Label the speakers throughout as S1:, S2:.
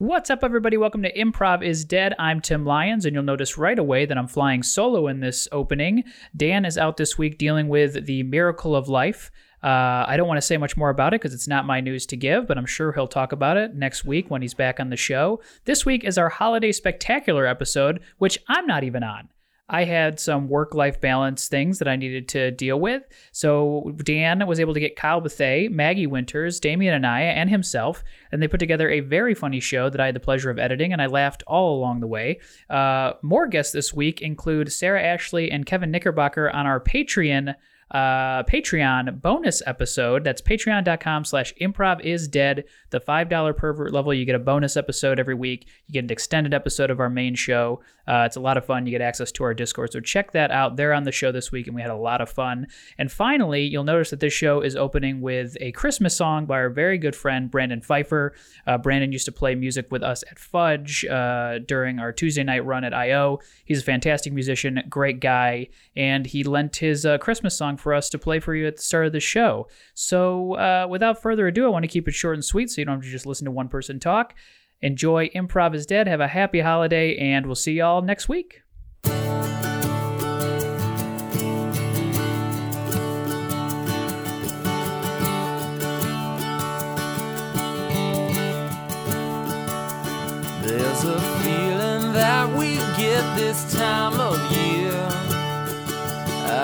S1: What's up, everybody? Welcome to Improv is Dead. I'm Tim Lyons, and you'll notice right away that I'm flying solo in this opening. Dan is out this week dealing with the miracle of life. Uh, I don't want to say much more about it because it's not my news to give, but I'm sure he'll talk about it next week when he's back on the show. This week is our holiday spectacular episode, which I'm not even on. I had some work life balance things that I needed to deal with. So Dan was able to get Kyle Bethay, Maggie Winters, Damien Anaya, and himself, and they put together a very funny show that I had the pleasure of editing, and I laughed all along the way. Uh, more guests this week include Sarah Ashley and Kevin Knickerbocker on our Patreon uh, Patreon bonus episode. That's patreon.com slash improv is dead. The $5 pervert level, you get a bonus episode every week. You get an extended episode of our main show. Uh, it's a lot of fun. You get access to our Discord. So check that out. They're on the show this week, and we had a lot of fun. And finally, you'll notice that this show is opening with a Christmas song by our very good friend, Brandon Pfeiffer. Uh, Brandon used to play music with us at Fudge uh, during our Tuesday night run at I.O. He's a fantastic musician, great guy, and he lent his uh, Christmas song for us to play for you at the start of the show. So, uh, without further ado, I want to keep it short and sweet so you don't have to just listen to one person talk. Enjoy Improv is Dead. Have a happy holiday, and we'll see y'all next week.
S2: There's a feeling that we get this time of year.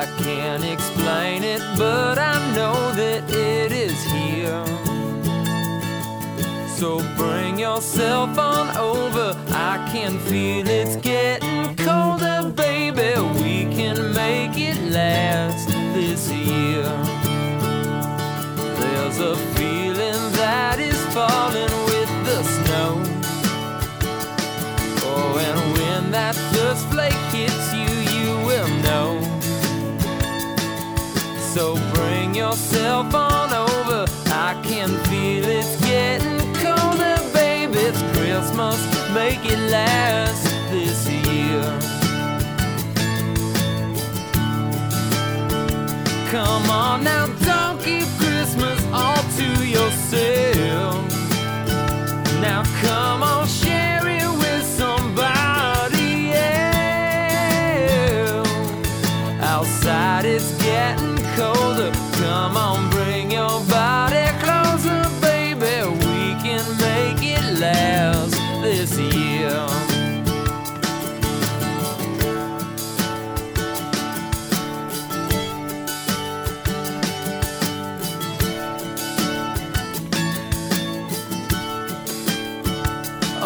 S2: I can't explain it, but I know that it is here. So bring yourself on over. I can feel it's getting colder, baby. We can make it last this year. There's a feeling that is falling with the snow. Oh, and when that first flake hits you, you will know. So bring yourself on over. I can feel it's getting colder, baby. It's Christmas, make it last this year. Come on now, don't keep Christmas all to yourself. Now come on, share it with somebody else. Outside it's getting colder. Come on, bring your body closer, baby. We can make it last this year.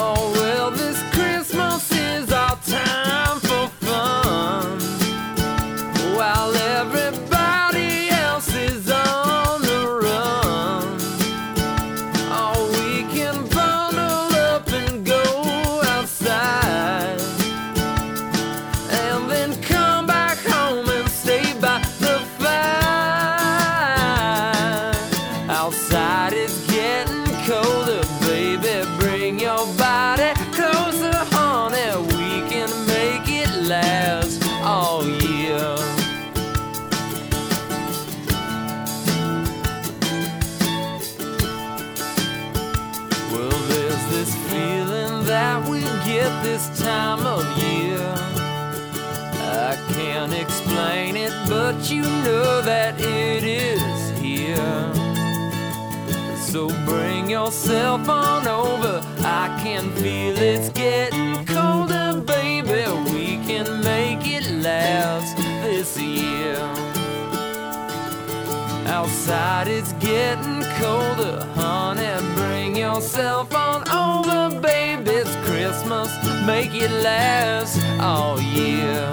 S2: Oh well, this Christmas is our time for fun. While everybody else is on the run. Oh, we can bundle up and go outside. And then come back home and stay by the fire. Outside it's getting colder, baby. Bring your body closer, honey. We can make it last all year. Well, there's this feeling that we get this time of year. I can't explain it, but you know that it is here. So bring yourself on over. I can feel it's getting colder, baby. We can make it last this year. Outside it's getting colder, honey. Bring yourself on over, baby. It's Christmas, make it last all year.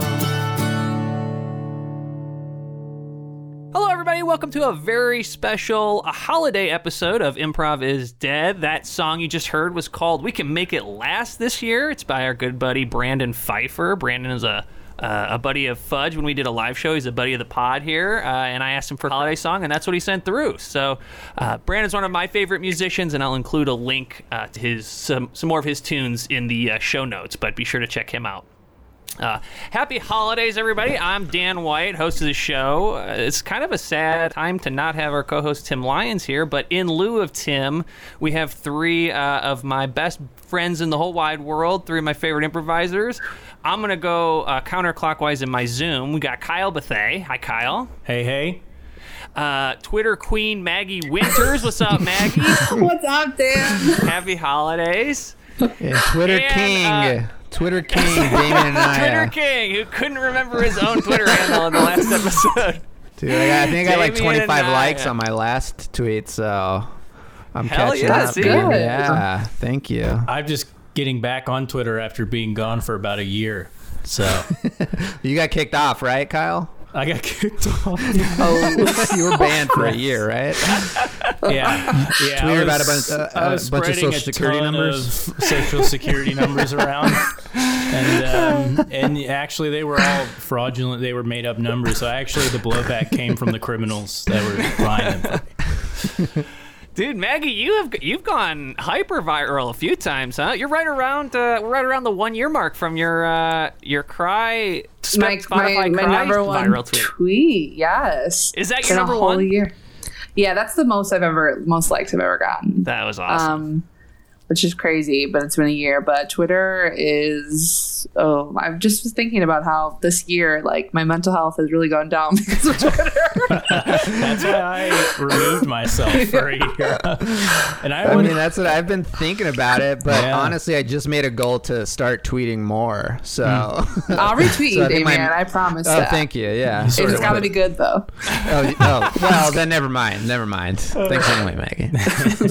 S3: Hello, everybody. Welcome to a very special a holiday episode of Improv is Dead. That song you just heard was called We Can Make It Last this year. It's by our good buddy Brandon Pfeiffer. Brandon is a uh, a buddy of Fudge when we did a live show. He's a buddy of the pod here, uh, and I asked him for a holiday song, and that's what he sent through. So, uh, Brandon's one of my favorite musicians, and I'll include a link uh, to his some, some more of his tunes in the uh, show notes, but be sure to check him out. Uh, happy holidays, everybody. I'm Dan White, host of the show. Uh, it's kind of a sad time to not have our co host Tim Lyons here, but in lieu of Tim, we have three uh, of my best friends in the whole wide world, three of my favorite improvisers. I'm going to go uh, counterclockwise in my Zoom. We got Kyle Bethay. Hi, Kyle.
S4: Hey, hey.
S3: Uh, Twitter queen Maggie Winters. What's up, Maggie?
S5: What's up, Dan?
S3: happy holidays.
S6: Yeah, Twitter
S3: And,
S6: King. Twitter King, Damon and I.
S3: Uh, Twitter King, who couldn't remember his own Twitter handle in the last episode.
S6: Dude, I, got- I think I got like
S3: Damien and
S6: 25 likes
S3: I.
S6: on my last tweet, so I'm
S3: Hell
S6: catching
S3: yeah,
S6: up.
S3: see?
S6: dude.
S3: Good.
S6: Yeah, thank you.
S4: I'm just getting back on Twitter after being gone for about a year. So
S6: You got kicked off, right, Kyle?
S4: I got kicked off.
S6: Oh, you were banned for a year, right?
S4: Yeah. yeah
S6: Tweeted
S4: I
S6: about a
S4: was-
S6: bunch- uh,
S4: I
S6: a
S4: was
S6: bunch of
S4: spreading
S6: Social
S4: a
S6: Security
S4: ton
S6: numbers.
S4: of social security numbers around. And, um, and actually, they were all fraudulent. They were made up numbers. So actually, the blowback came from the criminals that were buying them.
S3: Dude, Maggie, you have you've gone hyper viral a few times, huh? You're right around uh, we're right around the one year mark from your uh, your cry Sp-
S5: my, my,
S3: Spotify
S5: my
S3: cry
S5: number one
S3: viral tweet.
S5: tweet. Yes.
S3: Is that
S5: It's
S3: your
S5: been a
S3: number
S5: whole
S3: one?
S5: Year. Yeah, that's the most I've ever most likes I've ever gotten.
S3: That was awesome.
S5: um, which is crazy, but it's been a year. But Twitter is. Oh, I just was thinking about how this year, like my mental health has really gone down because of Twitter.
S4: That's why I removed myself for a year. And I,
S6: I
S4: would,
S6: mean, that's what I've been thinking about it, but
S4: Yeah.
S6: honestly, I just made a goal to start tweeting more. So
S5: I'll retweet
S6: So
S5: you,
S6: I think my-
S5: Damien. I promise.
S6: Oh,
S5: that.
S6: thank you. Yeah.
S4: Hmm. sort
S5: It's
S4: of
S5: got to be good though.
S6: Oh, y- oh, well, then never mind. Never mind. Thanks anyway, Maggie.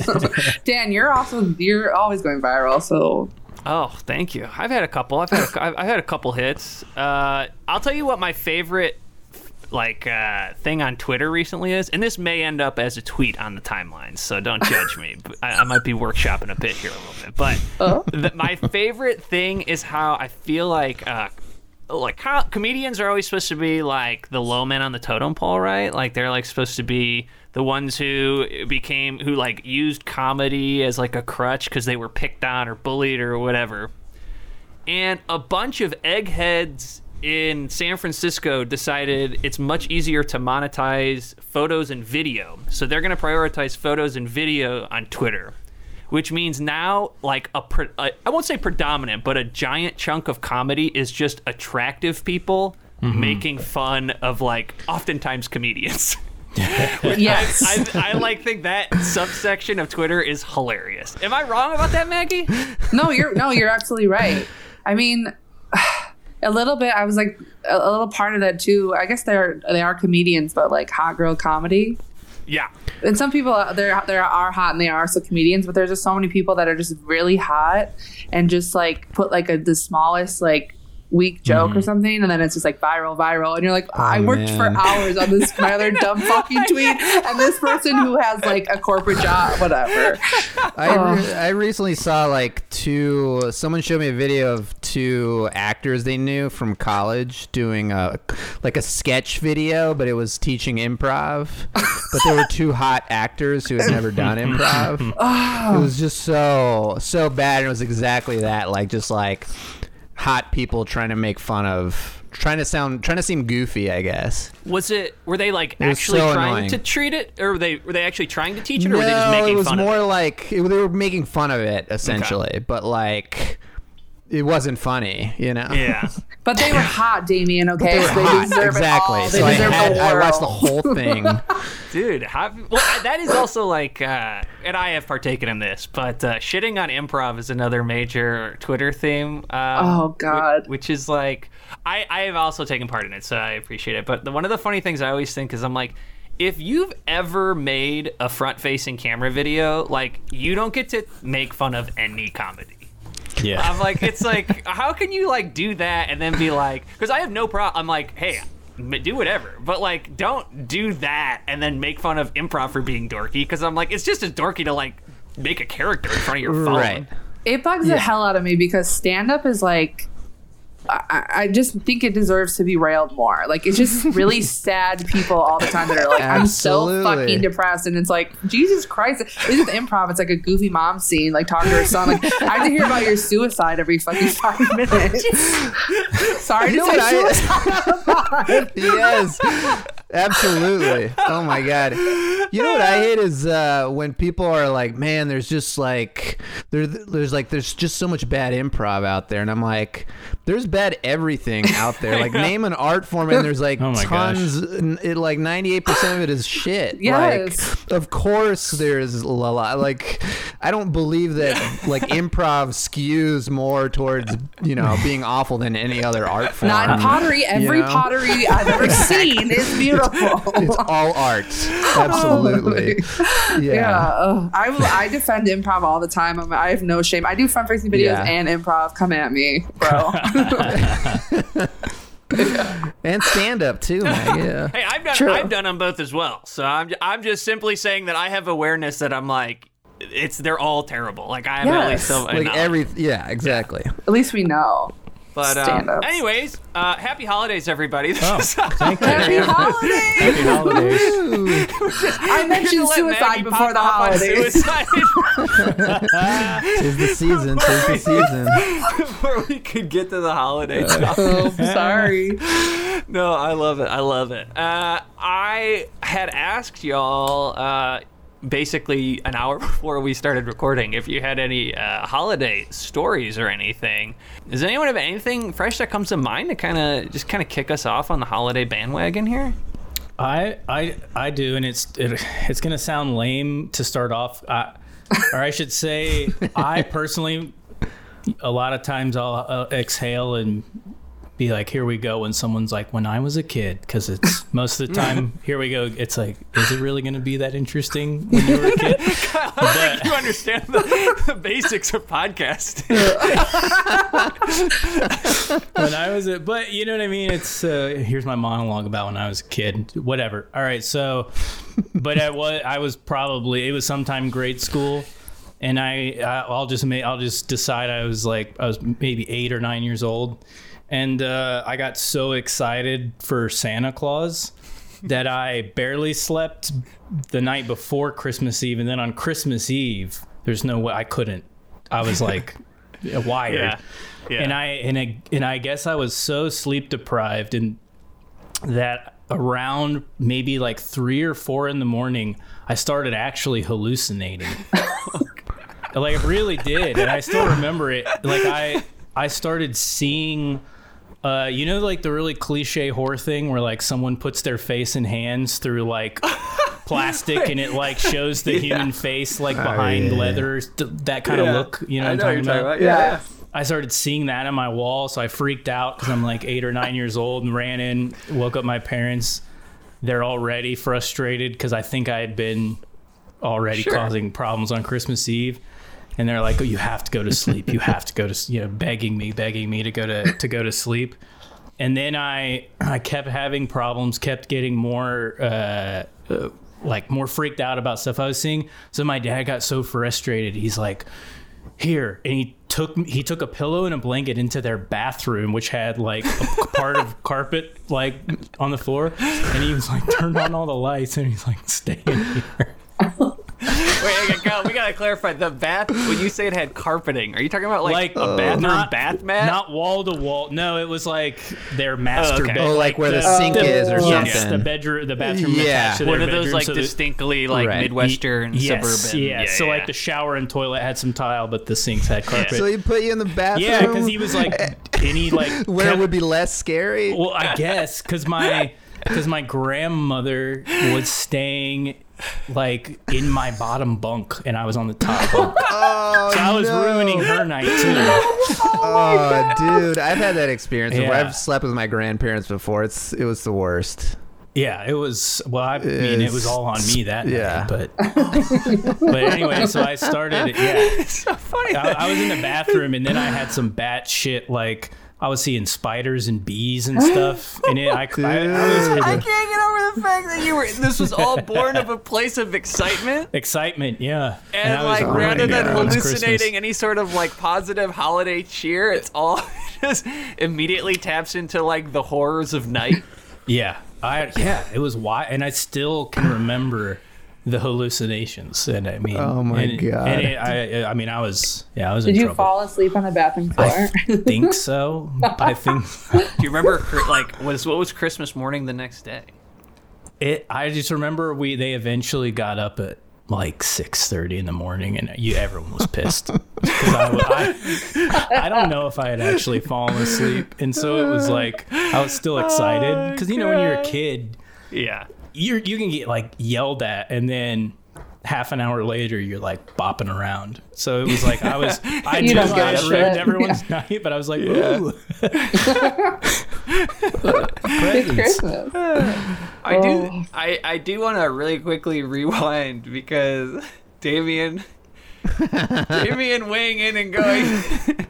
S5: Dan, you're also you're always going viral, so
S3: Oh, thank you. I've had a couple. I've had a, I've I've had a couple hits. Uh, I'll tell you what my favorite like uh, thing on Twitter recently is, and this may end up as a tweet on the timeline, so don't judge me. But I, I might be workshopping a bit here a little bit, but the, my favorite thing is how I feel like. Uh, like how comedians are always supposed to be like the low men on the totem pole, right? Like they're like supposed to be the ones who became who like used comedy as like a crutch because they were picked on or bullied or whatever. And a bunch of eggheads in San Francisco decided it's much easier to monetize photos and video, so they're going to prioritize photos and video on Twitter. Which means now, like a, pre- a, I won't say predominant, but a giant chunk of comedy is just attractive people
S6: Mm-hmm.
S3: making fun of like oftentimes comedians.
S5: yes.
S3: I, I like think that subsection of Twitter is hilarious. Am I wrong about that, Maggie?
S5: no, you're no, you're absolutely right. I mean, a little bit. I was like a, a little part of that too. I guess they're they are comedians, but like hot girl comedy.
S3: Yeah.
S5: And some people out there there are hot and they are also comedians, but there's just so many people that are just really hot and just like put like a the smallest like weak joke or something and then it's just like viral viral and you're like i worked for
S6: man.
S5: hours on this my other dumb fucking tweet and this person who has like a corporate job whatever
S6: I, re- I recently saw like two. Someone showed me a video of two actors they knew from college doing a like a sketch video, but it was teaching improv. but they were two hot actors who had never done improv. It was just so so bad, and it was exactly that. Like just like hot people trying to make fun of, trying to sound, trying to seem goofy, I guess.
S3: Was it? Were they like
S6: was
S3: actually
S6: so
S3: trying
S6: annoying.
S3: to treat it, or were they were they actually trying to teach it, or
S6: no,
S3: were they just making
S6: it was
S3: fun
S6: more
S3: of it?
S6: like it, they were making fun of it essentially, but like it wasn't funny, you know.
S3: Yeah.
S5: But they were hot, Damien. Okay,
S6: They were
S5: So they
S6: hot,
S5: deserve
S6: exactly.
S5: it all. They
S6: so I,
S5: deserve
S6: had,
S5: the
S6: I
S5: world.
S6: watched the whole thing.
S3: Dude, how, well, I- that is also like, uh, and I have partaken in this, but uh, shitting on improv is another major Twitter theme. Um,
S5: Oh,
S3: whi-
S5: God.
S3: which is like, I I have also taken part in it, so I appreciate it. But the, one of the funny things I always think is I'm like, if you've ever made a front-facing camera video, like you don't get to make fun of any comedy.
S4: yeah.
S3: I'm like, it's like, how can you like do that and then be like, because I have no problem. I'm like, hey, m- do whatever, but like, don't do that and then make fun of improv for being dorky. Because I'm like, it's just as dorky to like make a character in front of your phone.
S6: right.
S5: it bugs the hell out of me because stand up is like I, I just think it deserves to be railed more. Like it's just really sad people all the time that are like, I'm so
S6: Absolutely.
S5: fucking depressed, and it's like Jesus Christ. This is improv. It's like a goofy mom scene, like talking to her son. Like I have to hear about your suicide every fucking five minutes. Sorry to
S6: You know
S5: say
S6: what I-
S5: suicide on the pod.
S6: yes absolutely oh my god you know what i hate is uh, when people are like man there's just like there, there's like there's just so much bad improv out there and i'm like there's bad everything out there like name an art form and there's like
S4: Oh my gosh.
S6: tons n- it, like 98% of it is shit
S5: Yes.
S6: like of course there's a lot like i don't believe that like improv skews more towards you know being awful than any other art form
S5: Not pottery. Every
S6: know?
S5: pottery I've ever seen is beautiful.
S6: it's all art. Absolutely. Yeah.
S5: Yeah, ugh. I will- I defend improv all the time. I'm, I have no shame. I do fun facing videos
S6: Yeah.
S5: and improv. Come at me, bro.
S6: And stand up too, man. Yeah.
S3: Hey, I've done
S5: True.
S3: I've done them both as well. So I'm I'm just simply saying that I have awareness that I'm like it's they're all terrible. Like I have at
S5: Yes.
S3: least some
S6: Like
S3: knowledge.
S6: every yeah, exactly.
S5: at least we know.
S3: But um,
S5: stand-ups.
S3: anyways, uh, happy holidays, everybody. This
S4: Oh,
S3: is-
S4: thank you.
S5: Happy holidays!
S4: Happy holidays.
S6: Ooh,
S5: I
S3: Let
S5: mentioned
S3: Maggie
S5: suicide
S3: pop
S5: before the
S3: off on
S5: holidays.
S3: suicide
S6: tis the season. Tis the season.
S3: before we could get to the holidays.
S5: Oh, sorry.
S3: no, I love it. I love it. Uh, I had asked y'all uh, basically an hour before we started recording if you had any uh, holiday stories or anything. Does anyone have anything fresh that comes to mind to kind of just kind of kick us off on the holiday bandwagon here?
S4: I I I do, and it's it, it's gonna sound lame to start off, I, or I should say, I personally, a lot of times I'll uh, exhale and be like, "Here we go." When someone's like, "When I was a kid," because it's most of the time, "Here we go." It's like, is it really gonna be that interesting when you were a kid?
S3: I think you understand the, the basics of podcasting.
S4: when I was a, but you know what I mean? It's, uh, here's my monologue about when I was a kid, whatever. All right. So, but I was, I was probably, it was sometime grade school and I, I I'll just make, I'll just decide I was like, I was maybe eight or nine years old. And, uh, I got so excited for Santa Claus that I barely slept the night before Christmas Eve. And then on Christmas Eve, there's no way I couldn't, I was like wired
S3: Yeah.
S4: and I and I and I guess I was so sleep deprived and that around maybe like three or four in the morning, I started actually hallucinating. like I really did, and I still remember it. Like I I started seeing. Uh, you know, like the really cliche horror thing where like someone puts their face and hands through like plastic and it like shows the human face like behind
S6: yeah.
S4: leather, th- that kind of look. You know, what I'm talking about?
S5: Yeah.
S4: I started seeing that on my wall, so I freaked out because I'm like eight or nine years old and ran in, woke up my parents. They're already frustrated because I think I had been already causing problems on Christmas Eve, and they're like, "Oh, you have to go to sleep. You have to go to s-" you know, begging me, begging me to go to to go to sleep." And then I I kept having problems, kept getting more. Uh, uh, like more freaked out about stuff I was seeing. So my dad got so frustrated. He's like, here and he took he took a pillow and a blanket into their bathroom which had like a part of carpet like on the floor and he was like turned on all the lights and he's like stay in here
S3: Wait, okay, go. we gotta clarify the bath. When you say it had carpeting, are you talking about like,
S4: Like,
S6: Oh.
S3: a bathroom
S4: not-
S3: bath mat?
S4: not wall to wall no it was like their master
S3: Oh, okay.
S4: bed
S6: Oh, like where the sink is or
S4: yes,
S6: something.
S4: the bedroom the bathroom
S6: Yeah.
S4: attached to their
S3: one of those
S4: bedroom,
S3: like
S4: so that-
S3: distinctly like
S6: Right.
S3: midwestern
S4: yes,
S3: suburban.
S4: yeah. so like the shower and toilet had some tile but the sinks had carpet
S6: So he put you in the bathroom.
S4: yeah because he was like and he like
S6: where it
S4: kept-
S6: would be less scary.
S4: Well, I guess because my because my grandmother was staying like in my bottom bunk, and I was on the top bunk.
S6: oh,
S4: I was
S6: no.
S4: ruining her night too.
S6: Oh, dude, I've had that experience. where
S4: Yeah.
S6: I've slept with my grandparents before. It's it was the worst.
S4: Yeah, it was. Well, I mean, it was all on me that
S6: Yeah.
S4: night. But but anyway, so I started. Yeah,
S3: so funny.
S4: I, I was in the bathroom, and then I had some bat shit like I was seeing spiders and bees and stuff, and it, I, I, I was
S3: I can't get over the fact that you were. This was all born of a place of excitement.
S4: excitement, yeah.
S3: And,
S4: I was
S3: like,
S4: already
S3: rather than
S4: going, "It's Christmas."
S3: hallucinating any sort of like positive holiday cheer, it's all just immediately taps into like the horrors of night.
S4: yeah, I yeah, it was wild, and I still can remember the hallucinations. And I mean,
S6: Oh my
S4: and-
S6: God.
S4: and it- I, I mean, I was yeah, I was in
S5: Did you
S4: trouble.
S5: fall asleep on the bathroom floor?
S4: think so. I think
S3: Do you remember cr- like was what was Christmas morning the next day?
S4: it. I just remember we they eventually got up at like six thirty in the morning, and you everyone was pissed. 'Cause I, wa- I, I don't know if I had actually fallen asleep, and so it was like I was still excited
S6: Oh
S4: because you know when you're a kid,
S3: Yeah.
S4: you you can get like yelled at, and then. Half an hour later, you're like bopping around. So it was like I was, I
S5: You
S4: just
S5: don't give
S4: I
S5: a
S4: ruined
S5: shit.
S4: everyone's night, but I was like, ooh,
S5: It's
S4: presents.
S5: Christmas.
S3: I do.
S5: Oh.
S3: I I do want to really quickly rewind because Damien, Damien weighing in and going,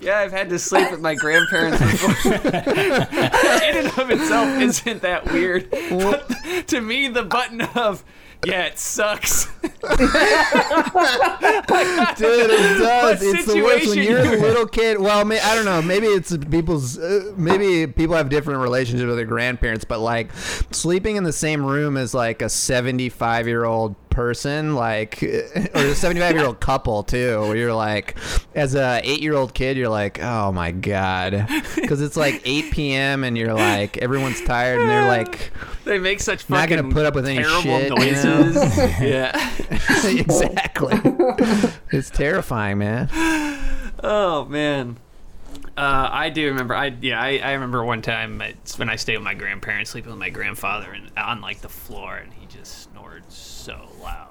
S3: yeah, I've had to sleep with my grandparents before. in and of itself isn't that weird. But to me, the button of yeah, it sucks.
S6: Dude, it does.
S3: What
S6: It's the worst when
S3: situation
S6: you're
S3: you're
S6: a
S3: in.
S6: little kid. Well, may, I don't know. Maybe it's people's. Uh, maybe people have different relationships with their grandparents, but like sleeping in the same room as like a 75 year old person, like or a 75 year old couple too. Where you're like, as a eight year old kid, you're like, oh my god, because it's like 8 p.m. and you're like, everyone's tired and they're like,
S3: They make such fucking
S6: Not gonna put up with any
S3: terrible
S6: shit, you know?
S3: noises. yeah.
S6: exactly. it's terrifying, man.
S3: Oh man. Uh, I do remember. I yeah. I, I remember one time I, when I stayed with my grandparents, sleeping with my grandfather, and on like the floor, and he just snored so loud.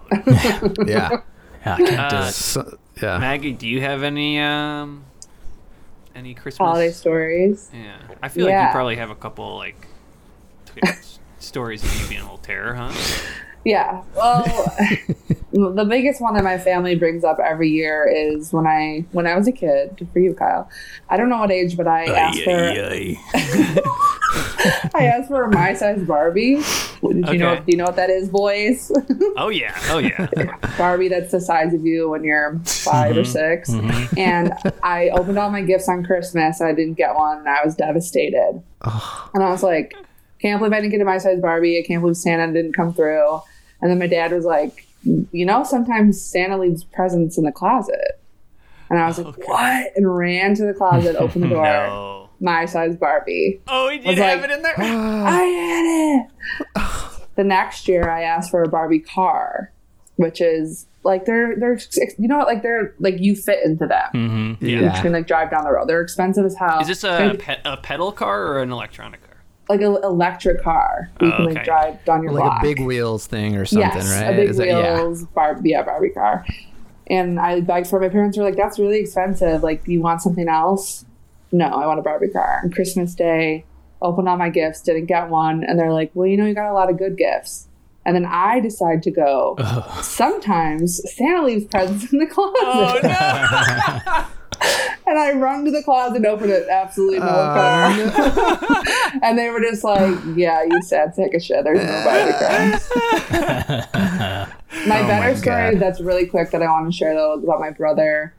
S6: Yeah.
S4: Yeah, I Ah, can't do
S3: Uh,
S4: it.
S6: So, yeah.
S3: Maggie, do you have any um any Christmas
S5: Holiday stories.
S3: Yeah, I feel like
S5: Yeah.
S3: you probably have a couple like t- s- stories of you being a little terror, huh?
S5: Yeah. Well, the biggest one that my family brings up every year is when I when I was a kid. good For you, Kyle, I don't know what age, but I asked for
S4: Ay, ay, ay.
S5: I asked for a my size Barbie. Did you know?
S3: Okay.
S5: Do you know what that is, boys?
S3: Oh yeah, oh yeah.
S5: Barbie that's the size of you when you're 5
S3: Mm-hmm.
S5: or 6 And I opened all my gifts on Christmas. I didn't get one, and I was devastated. And I was like, "Can't believe I didn't get a my size Barbie. I can't believe Santa didn't come through." And then my dad was like, "You know, sometimes Santa leaves presents in the closet." And I was like, "What?" And ran to the closet, opened the door.
S3: no.
S5: My size Barbie.
S3: Oh, you
S5: Was
S3: did have
S5: like-
S3: it in there.
S5: I had it. the next year, I asked for a Barbie car, which is like they're they're you know what like they're like you fit into them.
S6: Mm-hmm.
S5: You
S6: Yeah.
S5: can like drive down the road. They're expensive as hell.
S3: Is this a pe- a pedal car or an electronic car?
S5: like an electric car? You
S3: Oh,
S5: can
S3: okay.
S5: like drive down your
S6: like
S5: block.
S6: a big wheels thing or something,
S5: yes,
S6: right?
S5: a big
S6: Is that- yeah.
S5: wheels Barbie, yeah, Barbie car. And I begged for it. my parents were like, "That's really expensive. Like, do you want something else?" No, I want a Barbie car. On Christmas Day, opened all my gifts, didn't get one, and they're like, "Well, you know, you got a lot of good gifts." And then I decide to go. Sometimes Santa leaves presents in the closet.
S3: Oh,
S5: and I run to the closet and open it. Absolutely Uh, no one car. and they were just like, "Yeah, you sad sack of shit. There's no Barbie car." Oh my better story
S6: God.
S5: that's really quick that I want to share though is about my brother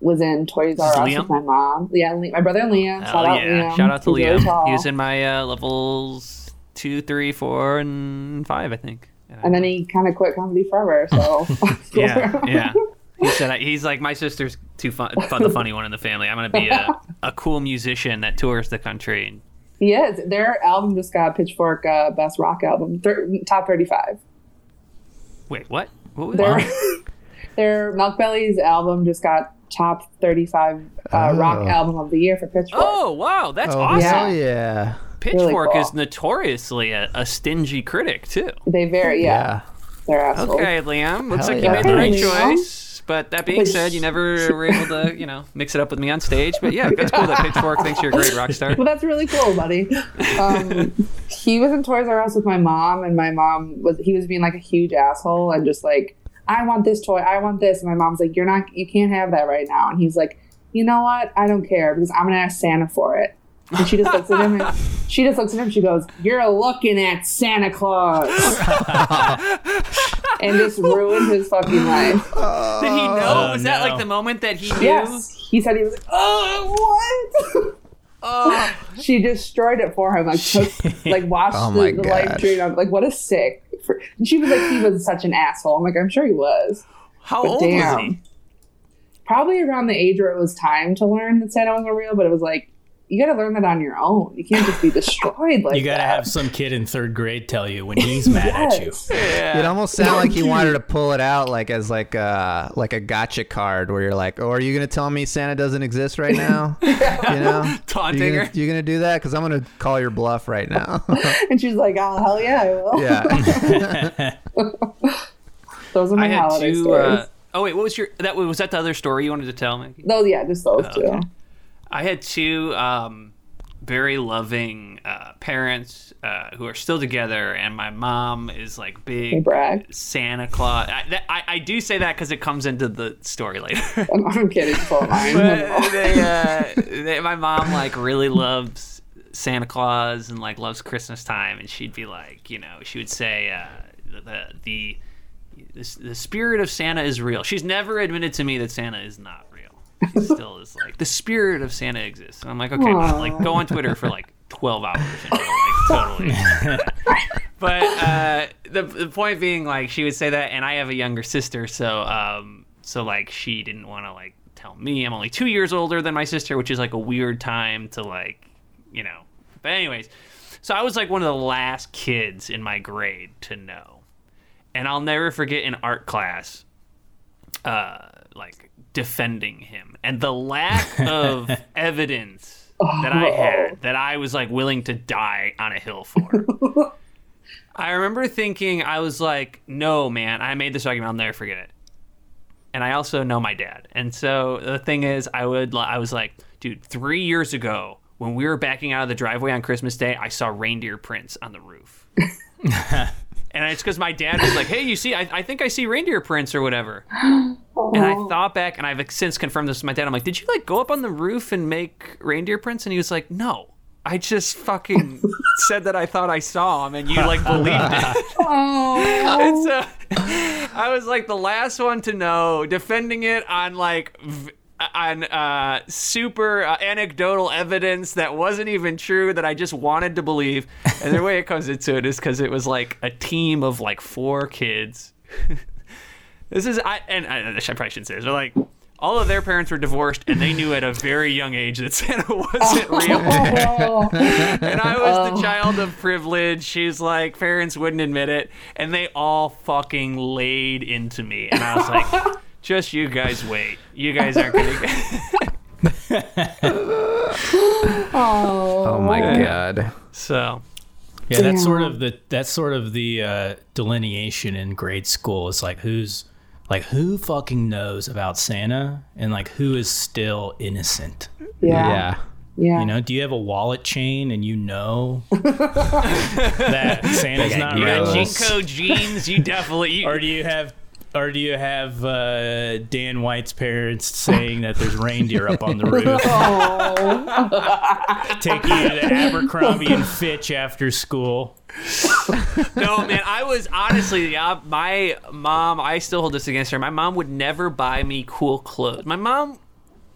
S5: was in Toys R Us
S3: Liam? Oh,
S5: with my mom. Yeah, Le- my brother Liam. shout out Liam.
S3: Shout out to
S5: He's really
S3: Liam.
S5: tall.
S3: He was in my uh, levels two, three, four, and five, I think.
S5: and then he kind of quit comedy forever. So
S3: yeah, yeah. He said I- he's like my sister's too fun, fun the funny one in the family. I'm gonna be a, a cool musician that tours the country. And
S5: he is. Their album just got Pitchfork uh, Best Rock Album, thir- top thirty-five.
S3: wait, what? What was
S5: Their their Milk Belly's album just got top 35 uh,
S6: Oh.
S5: rock album of the year for Pitchfork.
S3: Oh wow, that's
S6: Oh,
S3: awesome!
S6: hell
S5: Yeah.
S6: yeah.
S3: Pitchfork
S5: cool.
S3: is notoriously a, a stingy critic too.
S5: They very yeah,
S6: Yeah.
S5: they're assholes.
S3: Okay, Liam, looks
S6: Hell
S3: like
S6: yeah.
S3: you made the right
S5: Okay, Liam.
S3: choice. But that being said, you never were able to, you know, mix it up with me on stage. But yeah, that's cool that Pitchfork thinks you're a great rock star.
S5: Well, that's really cool, buddy. Um, he was in Toys R Us with my mom, and my mom was he was being like a huge asshole and just like, I want this toy, I want this, and my mom's like, you're not, you can't have that right now, and he's like, you know what? I don't care because I'm gonna ask Santa for it. And she just looks at him and she just looks at him. She goes, "You're looking at Santa Claus," and just ruined his fucking life.
S3: Did he know?
S4: Oh,
S3: was that
S4: no.
S3: like the moment that he knew?
S5: Yes, he said he was like, "Oh, what?"
S3: Oh,
S5: she destroyed it for him. Like took, like washed
S6: Oh my
S5: the, the life
S6: gosh.
S5: drain. I'm like, what a sick. fr- And she was like, he was such an asshole. I'm like, I'm sure he was.
S3: how
S5: But
S3: old
S5: damn.
S3: was he?
S5: Probably around the age where it was time to learn that Santa wasn't real, but it was like, you got to learn that on your own. You can't just be destroyed like
S4: You gotta
S5: that.
S4: have some kid in third grade tell you when he's mad at you.
S5: Yes.
S3: Yeah.
S6: It almost sounded like he wanted to pull it out, like as like a like a gotcha card, where you're like, "Oh, are you gonna tell me Santa doesn't exist right now?" You know,
S3: Taunting
S6: you
S3: her.
S6: gonna, you gonna do that because I'm gonna call your bluff right now.
S5: And she's like, oh, hell yeah, I will.
S6: yeah,
S5: Those are my
S3: I had
S5: holiday
S3: two.
S5: stories.
S3: Uh, oh wait, what was your? That was that the other story you wanted to tell, Mickey?
S5: those, yeah, just
S3: Oh,
S5: those two.
S3: I had two um, very loving uh, parents uh, who are still together, and my mom is like
S5: They
S3: big
S5: brag.
S3: Santa Claus. I, that, I, I do say that because it comes into the story later.
S5: I'm, I'm kidding. It's all mine.
S3: But they, uh, they, my mom like really loves Santa Claus and like loves Christmas time, and she'd be like, you know, she would say uh, the the the, the spirit of Santa is real. She's never admitted to me that Santa is not real. She still is like the spirit of Santa exists, and I'm like, okay, Mom,
S5: Aw.
S3: like go on Twitter for like 12 hours and you'll, like totally but uh, the, the point being, like, she would say that, and I have a younger sister, so um, so like, she didn't want to like tell me. I'm only two years older than my sister, which is like a weird time to like, you know. But anyways, so I was like one of the last kids in my grade to know, and I'll never forget in art class uh, like defending him and the lack of evidence that I had that I was like willing to die on a hill for. I remember thinking I was like, no, man, I made this argument. I'll never forget it. And I also know my dad. And so the thing is, I would li- I was like, dude, three years ago when we were backing out of the driveway on Christmas Day, I saw reindeer prints on the roof. and it's because my dad was like, hey, you see, I, I think I see reindeer prints or whatever. And I thought back, and I've like, since confirmed this with my dad. I'm like, did you like go up on the roof and make reindeer prints? And he was like, no, I just fucking said that I thought I saw him, and you like believed it.
S5: oh,
S3: And so I was like the last one to know, defending it on like v- on uh, super uh, anecdotal evidence that wasn't even true that I just wanted to believe. And the way it comes into it is because it was like a team of like four kids. this is I and I, I probably shouldn't say this, but like. All of their parents were divorced, and they knew at a very young age that Santa wasn't real
S5: Oh,
S3: and I was the child of privilege. She's like, parents wouldn't admit it. And they all fucking laid into me. And I was like, just you guys wait. You guys aren't going to.
S6: oh my god.
S3: So,
S4: Yeah, that's sort
S5: Yeah.
S4: of the that's sort of the uh, delineation in grade school. It's like who's like who fucking knows about Santa and like who is still innocent.
S5: yeah,
S6: Yeah.
S5: yeah.
S4: You know, do you have a wallet chain and you know that Santa's not
S3: you got
S4: real?
S3: Jinko jeans. You definitely. You,
S4: Or do you have or do you have uh, Dan White's parents saying that there's reindeer up on the roof?
S5: Oh,
S4: Take you to Abercrombie and Fitch after school.
S3: no, man. I was honestly, yeah, my mom, I still hold this against her. My mom would never buy me cool clothes. My mom,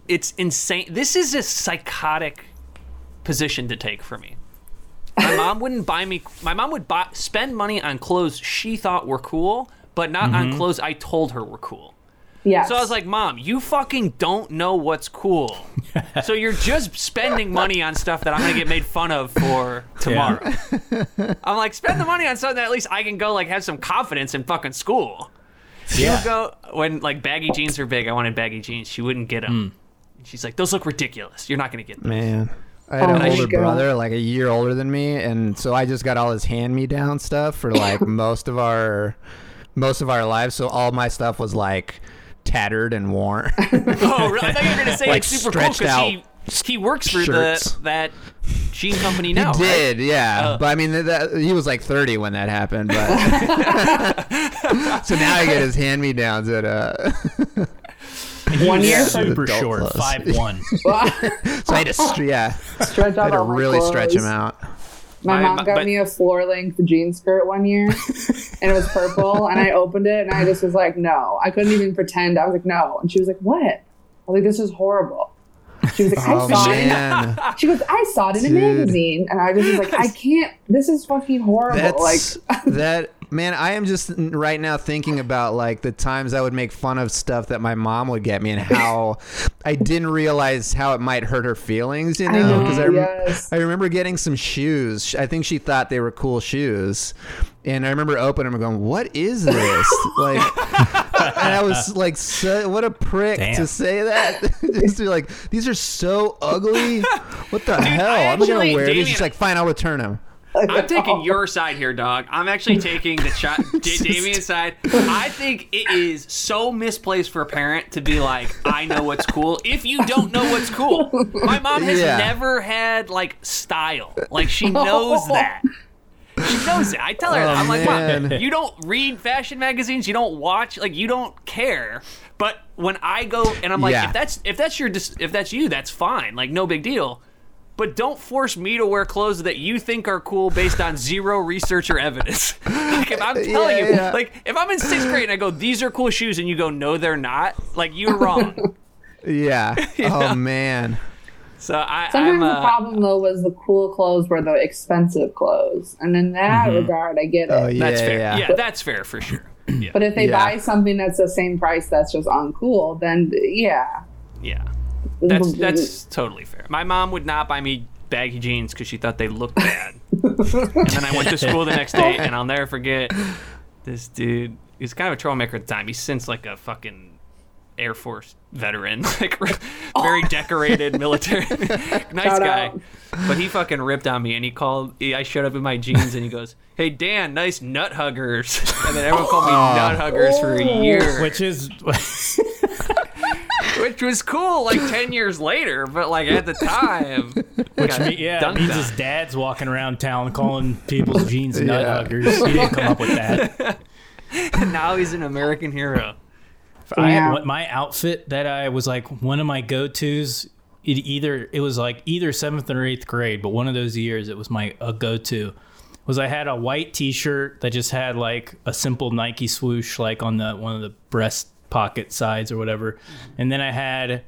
S3: it's insane. This is a psychotic position to take for me. My mom wouldn't buy me, my mom would buy, spend money on clothes she thought were cool, but not on clothes I told her were cool.
S5: yeah.
S3: So I was like, Mom, you fucking don't know what's cool. so you're just spending money on stuff that I'm going to get made fun of for tomorrow. I'm like, spend the money on something that at least I can go, like, have some confidence in fucking school.
S4: Yeah.
S3: She'll go, when, like, baggy jeans were big, I wanted baggy jeans. She wouldn't get them.
S6: Mm.
S3: She's like, those look ridiculous. You're not going to get them.
S6: Man. I had an
S5: my
S6: older
S5: God.
S6: brother, like a year older than me, and so I just got all his hand-me-down stuff for like most of our most of our lives. So all my stuff was like tattered and worn.
S3: Oh, really? I thought you were going to say
S6: Like,
S3: it's super cool
S6: stretched
S3: because he, he works for
S6: shirts.
S3: the, that jean company now.
S6: he
S3: right?
S6: did, yeah. but I mean, th- that, he was like 30 when that happened. But so now he got his hand-me-downs at uh,
S5: One year?
S4: super
S6: Adult
S4: short,
S6: clothes.
S4: five one.
S6: So I had to, str- yeah,
S5: stretch
S6: I
S5: out
S6: had to
S5: all my
S6: really stretch
S5: clothes.
S6: him out.
S5: My
S3: I-
S5: mom
S3: but-
S5: got
S3: but-
S5: me a floor length jean skirt one year, and it was purple. and I opened it, and I just was like, "No!" I couldn't even pretend. I was like, "No," and she was like, "What?" I was like, "This is horrible." She was like, "I
S6: Oh
S5: saw it."
S6: man,
S5: She goes, "I saw it in a
S6: Dude.
S5: magazine," and I just was like, "I can't. This is fucking horrible." like,
S6: that's that. Man, I am just n- right now thinking about like the times I would make fun of stuff that my mom would get me and how I didn't realize how it might hurt her feelings. You
S5: I
S6: know,
S5: know.
S6: because I, rem-
S5: yes.
S6: I remember getting some shoes. Sh- I think she thought they were cool shoes. And I remember opening them and going, "What is this?" like, and I was like, so, "What a prick
S4: Damn.
S6: to say that!" Just to be like, "These are so ugly. What the hell? I'm not
S3: actually-
S6: gonna wear these."
S3: Damien-
S6: She's like, "Fine, I'll return them."
S3: I'm
S5: Oh.
S3: taking your side here, dog. I'm actually taking the shot, da- Damien's side. I think it is so misplaced for a parent to be like, "I know what's cool." If you don't know what's cool, my mom has
S6: Yeah.
S3: never had like style. Like she knows
S6: Oh.
S3: that. She knows it. I tell her that. I'm like, Mom,
S6: man.
S3: you don't read fashion magazines. You don't watch. Like you don't care. But when I go and I'm like,
S6: Yeah.
S3: if that's if that's your dis- if that's you, that's fine. Like no big deal but don't force me to wear clothes that you think are cool based on zero research or evidence. like if I'm telling
S6: Yeah,
S3: you,
S6: yeah.
S3: like if I'm in sixth grade and I go, these are cool shoes, and you go, no, they're not. Like you're wrong.
S6: Yeah. Oh man.
S3: so I,
S5: Sometimes
S3: I'm.
S5: the
S3: Uh,
S5: problem though was the cool clothes were the expensive clothes, and in that regard, I get it.
S6: Mm-hmm. Oh yeah.
S3: that's fair.
S6: Yeah.
S3: Yeah. that's fair for sure. Yeah,
S5: But if they
S6: Yeah.
S5: buy something that's the same price that's just uncool, then yeah.
S3: yeah, that's that's totally fair. My mom would not buy me baggy jeans because she thought they looked bad. and then I went to school the next day, and I'll never forget this dude. He was kind of a troublemaker at the time. He's since like a fucking Air Force veteran, like re- very decorated military, nice
S5: Oh. Shout
S3: guy.
S5: out.
S3: But he fucking ripped on me, and he called. he- I showed up in my jeans, and he goes, "Hey Dan, nice nut huggers," and then everyone
S5: Oh.
S3: called me nut huggers for a year, which,
S4: Which is
S3: which was cool. Like ten years later, but like at the time, which
S4: yeah, it means his dad's walking around town calling people's jeans nut
S6: Yeah.
S4: huggers. He didn't come up with that.
S3: now he's an American hero.
S4: I had
S5: Yeah.
S4: one- my outfit that I was like one of my go tos. It either it was like either seventh or eighth grade, but one of those years it was my a go to. Was I had a white T shirt that just had like a simple Nike swoosh, like on the one of the breast pocket sides or whatever, and then I had.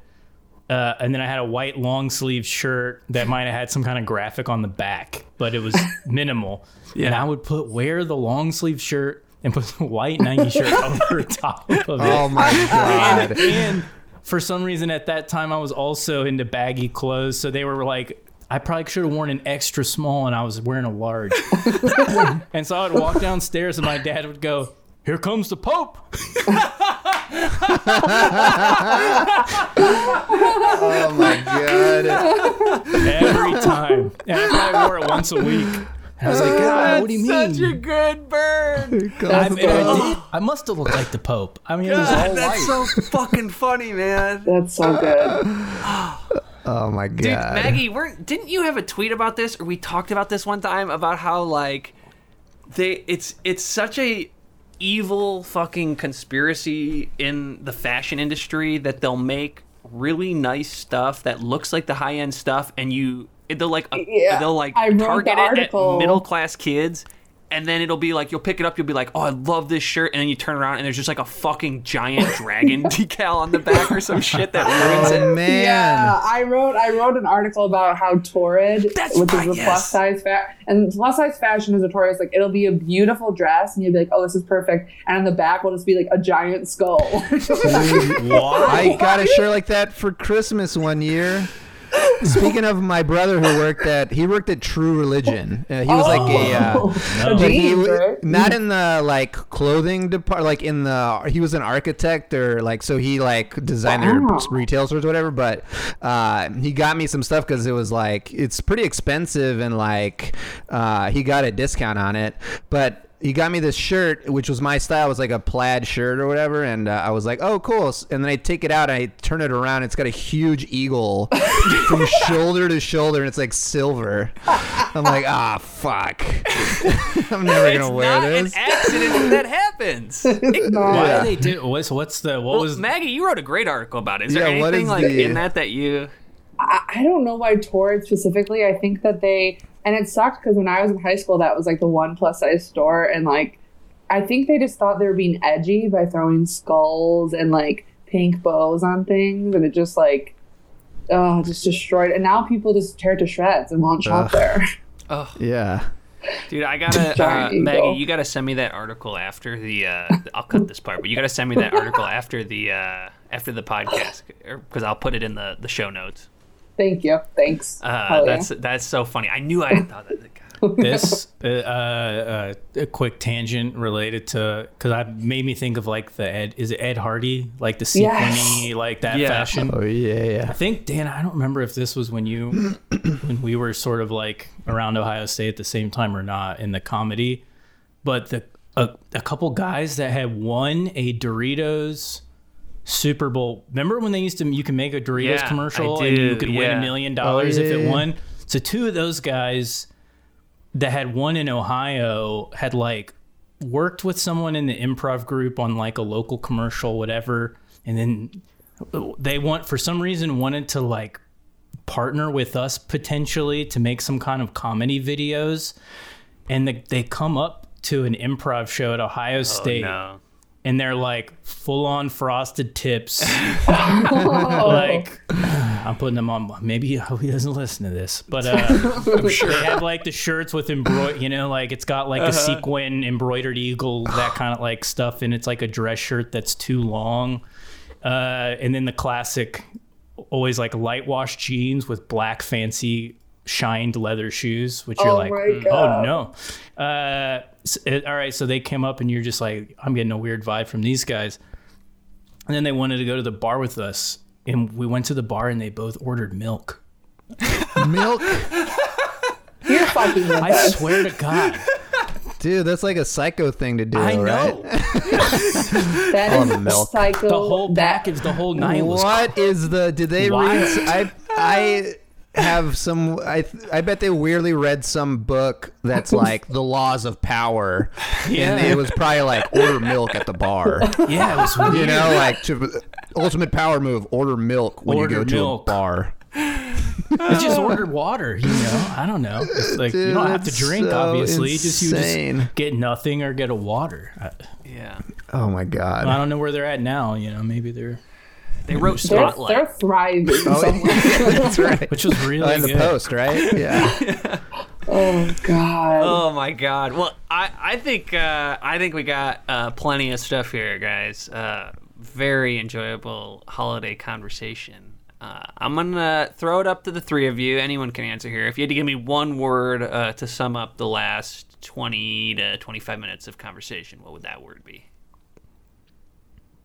S4: Uh, and then I had a white long sleeve shirt that might have had some kind of graphic on the back, but it was minimal. And I would put wear the long sleeve shirt and put the white Nike shirt over top of it
S6: Oh my god.
S4: and for some reason at that time I was also into baggy clothes, so they were like I probably should have worn an extra small and I was wearing a large. and so I would walk downstairs and my dad would go, Here comes the Pope.
S6: Oh my god.
S4: Every time. And I probably wore it once a week. And I was like, God, what do you mean?
S3: good bird.
S4: I, mean, I, did- I must have looked like the Pope. I mean, it was all
S3: That's so fucking funny, man.
S5: That's so good.
S6: Oh my god.
S3: Dude, Maggie, weren't didn't you have a tweet about this or we talked about this one time about how like they it's it's such a evil fucking conspiracy in the fashion industry that they'll make really nice stuff that looks like the high end stuff and you they'll like a,
S5: Yeah,
S3: they'll like
S5: I wrote the
S3: target it at
S5: article.
S3: middle class kids and then it'll be like you'll pick it up you'll be like oh i love this shirt and then you turn around and there's just like a fucking giant dragon decal on the back or some shit that ruins it
S6: oh man.
S5: Yeah, I wrote I wrote an article about how torrid,
S3: That's
S5: which
S3: right,
S5: is the
S3: yes.
S5: plus size fashion, and plus size fashion is notorious. Like it'll be a beautiful dress, and you'll be like, "Oh, this is perfect," and on the back will just be like a giant skull.
S6: I got a shirt like that for Christmas one year. Speaking of my brother who worked at, he worked at True Religion. Uh, he was like a, uh,
S5: Oh. A
S6: but he
S5: jeans,
S6: w-
S5: right?
S6: not in the like clothing department, like in the he was an architect or like so he like designed
S5: Wow.
S6: their retail stores or whatever. But uh, he got me some stuff because it was like it's pretty expensive and like uh, he got a discount on it, but. He got me this shirt, which was my style. It was like a plaid shirt or whatever, and uh, I was like, "Oh, cool!" S- And then I take it out, and I turn it around. It's got a huge eagle from shoulder to shoulder, and it's like silver. I'm like, "Ah, fuck!" I'm never
S3: it's
S6: gonna
S3: not
S6: wear this.
S3: an accident that happens.
S5: Not-
S4: Why
S6: Yeah.
S4: do they do? What's what's the what
S3: Well,
S4: was?
S3: Maggie, you wrote a great article about it. Is there
S6: Yeah, what
S3: anything
S6: is
S3: like
S6: the-
S3: in that that you?
S5: I, I don't know why Torrid specifically. I think that they and it sucked because when I was in high school, that was like the one plus size store, and like I think they just thought they were being edgy by throwing skulls and like pink bows on things, and it just like oh, just destroyed. And now people just tear it to shreds and won't shop
S6: Ugh.
S5: there.
S4: e-
S6: Yeah.
S3: Dude, I gotta uh,
S5: Giant
S3: Maggie.
S5: eagle.
S3: You gotta send me that article after the. Uh, I'll cut this part, but you gotta send me that article after the uh, after the podcast because I'll put it in the, the show notes.
S5: Thank you. Thanks.
S3: Uh,
S6: Oh,
S5: Hell yeah.
S3: that's that's so funny. I knew I had thought that. God.
S4: this uh, uh, a quick tangent related to because I made me think of like the Ed is it Ed Hardy like the sequiny like that
S3: Yeah.
S4: fashion.
S6: Oh yeah. Yeah.
S4: I think Dan, I don't remember if this was when you when we were sort of like around Ohio State at the same time or not in the comedy, but the a, a couple guys that had won a Doritos Super Bowl. Remember when they used to you can make a Doritos
S3: Yeah, I
S4: commercial and you
S3: do,
S4: could win
S3: yeah.
S4: a million dollars if it
S6: Oh, yeah.
S4: won? So two of those guys that had won in Ohio had like worked with someone in the improv group on like a local commercial, whatever, and then they want for some reason wanted to like partner with us potentially to make some kind of comedy videos, and the, they come up to an improv show at Ohio State,
S3: No.
S4: and they're like full on frosted tips, like. I'm putting them on. Maybe I hope he doesn't listen to this, but uh, I'm sure Uh-huh. they have like the shirts with embroidered. You know, like it's got like a sequin embroidered eagle, that kind of like stuff, and it's like a dress shirt that's too long. Uh, and then the classic, always like light wash jeans with black fancy shined leather shoes, which you're
S5: Oh
S4: like,
S5: my
S4: "Mm, oh
S5: God.
S4: no. Uh, s- it- all right, so they came up, and you're just like, I'm getting a weird vibe from these guys. And then they wanted to go to the bar with us. And we went to the bar and they both ordered milk.
S6: Milk,
S5: You're fucking with
S4: I
S5: us.
S4: swear to God.
S6: dude. That's like a psycho thing to do,
S4: I know.
S6: right?
S5: That is
S6: the milk.
S5: psycho.
S4: The whole
S5: that-
S4: package, the whole night was.
S6: What is the? Did they
S4: Why?
S6: read? I I have some. I th- I bet they weirdly read some book that's like the laws of power, and it was probably like order milk at the bar.
S4: Yeah, it was
S6: You
S4: weird.
S6: know, like to, ultimate power move: order milk when
S4: Order
S6: you go
S4: milk.
S6: to a bar.
S4: I just ordered water, you know? I don't know. It's like, you
S6: Dude,
S4: don't have to
S6: that's
S4: drink,
S6: so
S4: obviously. Just you
S6: insane.
S4: just get nothing or get a water. I,
S3: Yeah.
S6: Oh my
S4: I
S6: god!
S4: don't know where they're at now, you know? Maybe they're.
S3: They wrote
S5: They're,
S3: Spotlight.
S5: they're thriving.
S6: Oh,
S5: somewhere.
S6: That's right. Oh,
S4: Which was really
S6: in the
S4: good.
S6: post, right? Yeah.
S5: Oh god.
S3: Oh my god. Well, I I think uh, I think we got uh, plenty of stuff here, guys. Uh, very enjoyable holiday conversation. Uh, I'm gonna throw it up to the three of you. Anyone can answer here. If you had to give me one word uh, to sum up the last 20 to 25 minutes of conversation, what would that word be?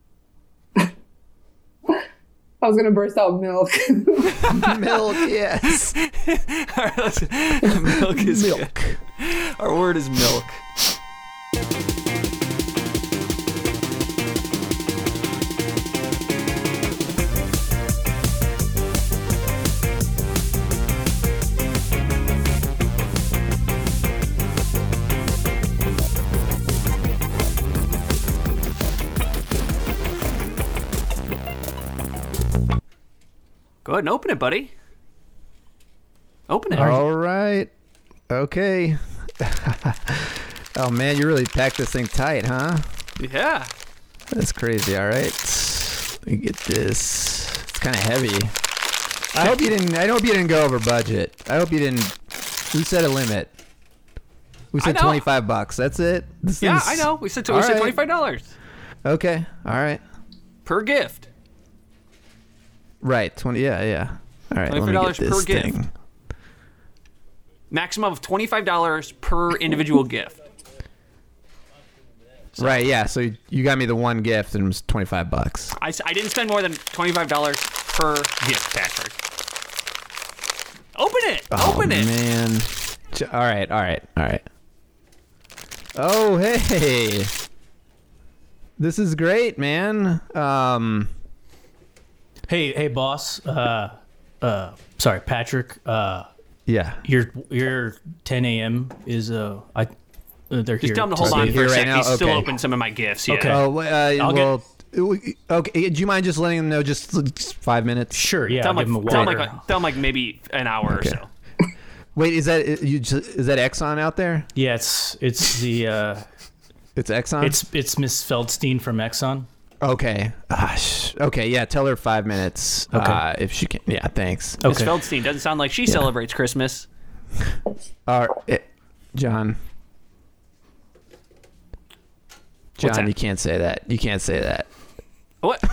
S5: I was gonna burst out milk.
S6: milk, yes.
S3: All right, let's- milk is
S6: Milk.
S3: Our word is milk. Go ahead and open it, buddy. Open it.
S6: All right. Okay. oh man, you really packed this thing tight, huh?
S3: Yeah.
S6: That's crazy. All right. Let me get this. It's kind of heavy. I hope you didn't. I hope you didn't go over budget. I hope you didn't. Who set a limit? We said
S3: know.
S6: twenty-five bucks. That's it. This
S3: Yeah,
S6: thing's-
S3: I know. We said, we
S6: All
S3: said
S6: right.
S3: twenty-five dollars
S6: Okay. All right.
S3: per gift.
S6: Right. Twenty. Yeah. Yeah. All right. Let me
S3: $25
S6: get
S3: per
S6: this
S3: gift.
S6: thing.
S3: Maximum of twenty-five dollars per individual gift.
S6: Right. Yeah. So you- you got me the one gift and it was twenty-five bucks.
S3: I, s- I didn't spend more than twenty-five dollars per gift, Patrick. Open it. Open
S6: oh,
S3: it.
S6: Man. Ch- All right, all right, all right. Oh, hey. This is great, man. Um
S4: Hey, hey, boss. Uh, uh, sorry, Patrick. Uh,
S6: yeah.
S4: your your 10 a.m. is uh I that they're
S3: Just
S4: here.
S3: tell him to
S4: to
S3: hold
S4: see.
S3: on
S6: leave
S3: for a
S6: right
S3: sec.
S6: now?
S3: He's still
S6: Okay.
S3: open some of my gifts. Yeah.
S4: Okay.
S6: Oh, wait, uh,
S4: I'll get-
S6: well, we- okay. Do you mind just letting them know just, just five minutes?
S4: Sure, yeah.
S3: Tell
S4: I'll
S3: him,
S4: give him a
S3: like, tell, him like,
S4: water.
S3: tell him like maybe an hour
S6: Okay.
S3: or so.
S6: Wait, is that you? Just, is that Exxon out there?
S4: Yeah, it's it's the uh,
S6: It's Exxon.
S4: it's it's Miss Feldstein from Exxon.
S6: okay. Ah, sh- okay, yeah. Tell her five minutes.
S4: Okay.
S6: Uh, if she can. Yeah. Thanks.
S3: Miss Feldstein doesn't sound like she celebrates Christmas.
S6: All right, Uh, eh, John. John,
S3: that?
S6: you can't say that. You can't say that.
S3: What?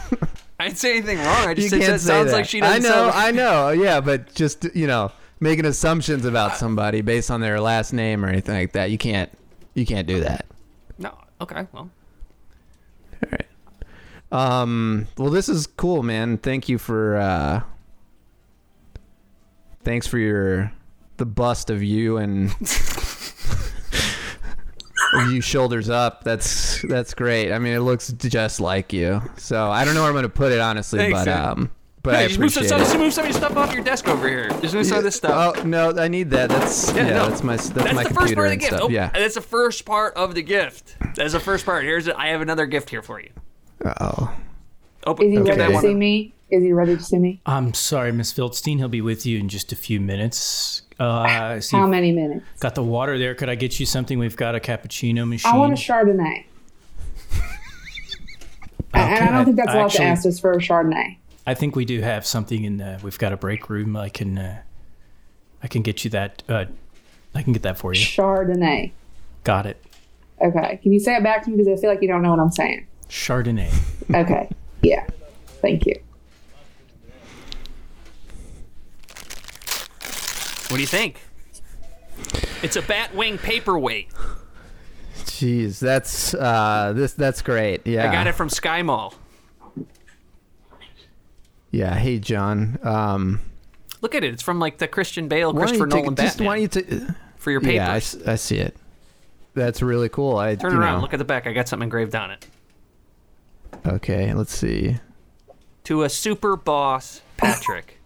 S3: I didn't say anything wrong. I just said
S6: you
S3: that
S6: can't say
S3: sounds
S6: that.
S3: like she
S6: I
S3: doesn't.
S6: know,
S3: celebrate-
S6: I know. Yeah, but just you know, making assumptions about somebody based on their last name or anything like that. You can't. You can't do that.
S3: No. Okay. Well.
S6: Um. Well, this is cool, man. Thank you for. uh Thanks for your the bust of you and of you shoulders up. That's that's great. I mean, it looks just like you. So I don't know where I'm gonna put it honestly,
S3: Thanks,
S6: but
S3: man.
S6: um, but I
S3: Hey, just move some,
S6: appreciate
S3: stuff,
S6: it.
S3: just move some of your stuff off your desk over here. Just move some of this stuff.
S6: Oh no, I need that. That's yeah,
S3: no.
S6: that's my that's,
S3: that's
S6: my
S3: the first
S6: computer
S3: part of the
S6: and
S3: gift.
S6: stuff.
S3: Oh,
S6: yeah.
S3: That's the first part of the gift. That's the first part. Here's a, I have another gift here for you.
S6: Oh,
S3: Open
S5: Is he
S3: open
S6: Okay.
S5: ready
S3: that
S5: to
S3: one.
S5: see me? Is he ready to see me?
S4: I'm sorry, Miss Feldstein. He'll be with you in just a few minutes. Uh, see,
S5: How many minutes?
S4: got the water there. Could I get you something? We've got a cappuccino machine.
S5: I want a Chardonnay. And I
S4: Okay,
S5: don't think that's
S4: I
S5: a lot
S4: actually-
S5: to ask us for a Chardonnay.
S4: I think we do have something in. Uh, we've got a break room. I can, uh, I can get you that. Uh, I can get that for you.
S5: Chardonnay.
S4: Got it.
S5: Okay. Can you say it back to me because I feel like you don't know what I'm saying?
S4: Chardonnay.
S5: Okay. yeah. Thank you.
S3: What do you think? It's a Batwing paperweight.
S6: jeez, that's uh, this that's great. Yeah,
S3: I got it from Sky Mall.
S6: Yeah, hey John, um,
S3: Look at it. It's from like the Christian Bale,
S6: why don't you
S3: Christopher
S6: take-
S3: Nolan
S6: just
S3: Batman
S6: why don't you ta- uh,
S3: for your paper.
S6: yeah, I, s- I see it. That's really cool. I
S3: Turn
S6: you
S3: around.
S6: know.
S3: Look at the back. I got something engraved on it.
S6: Okay, let's see.
S3: To a super boss, Patrick.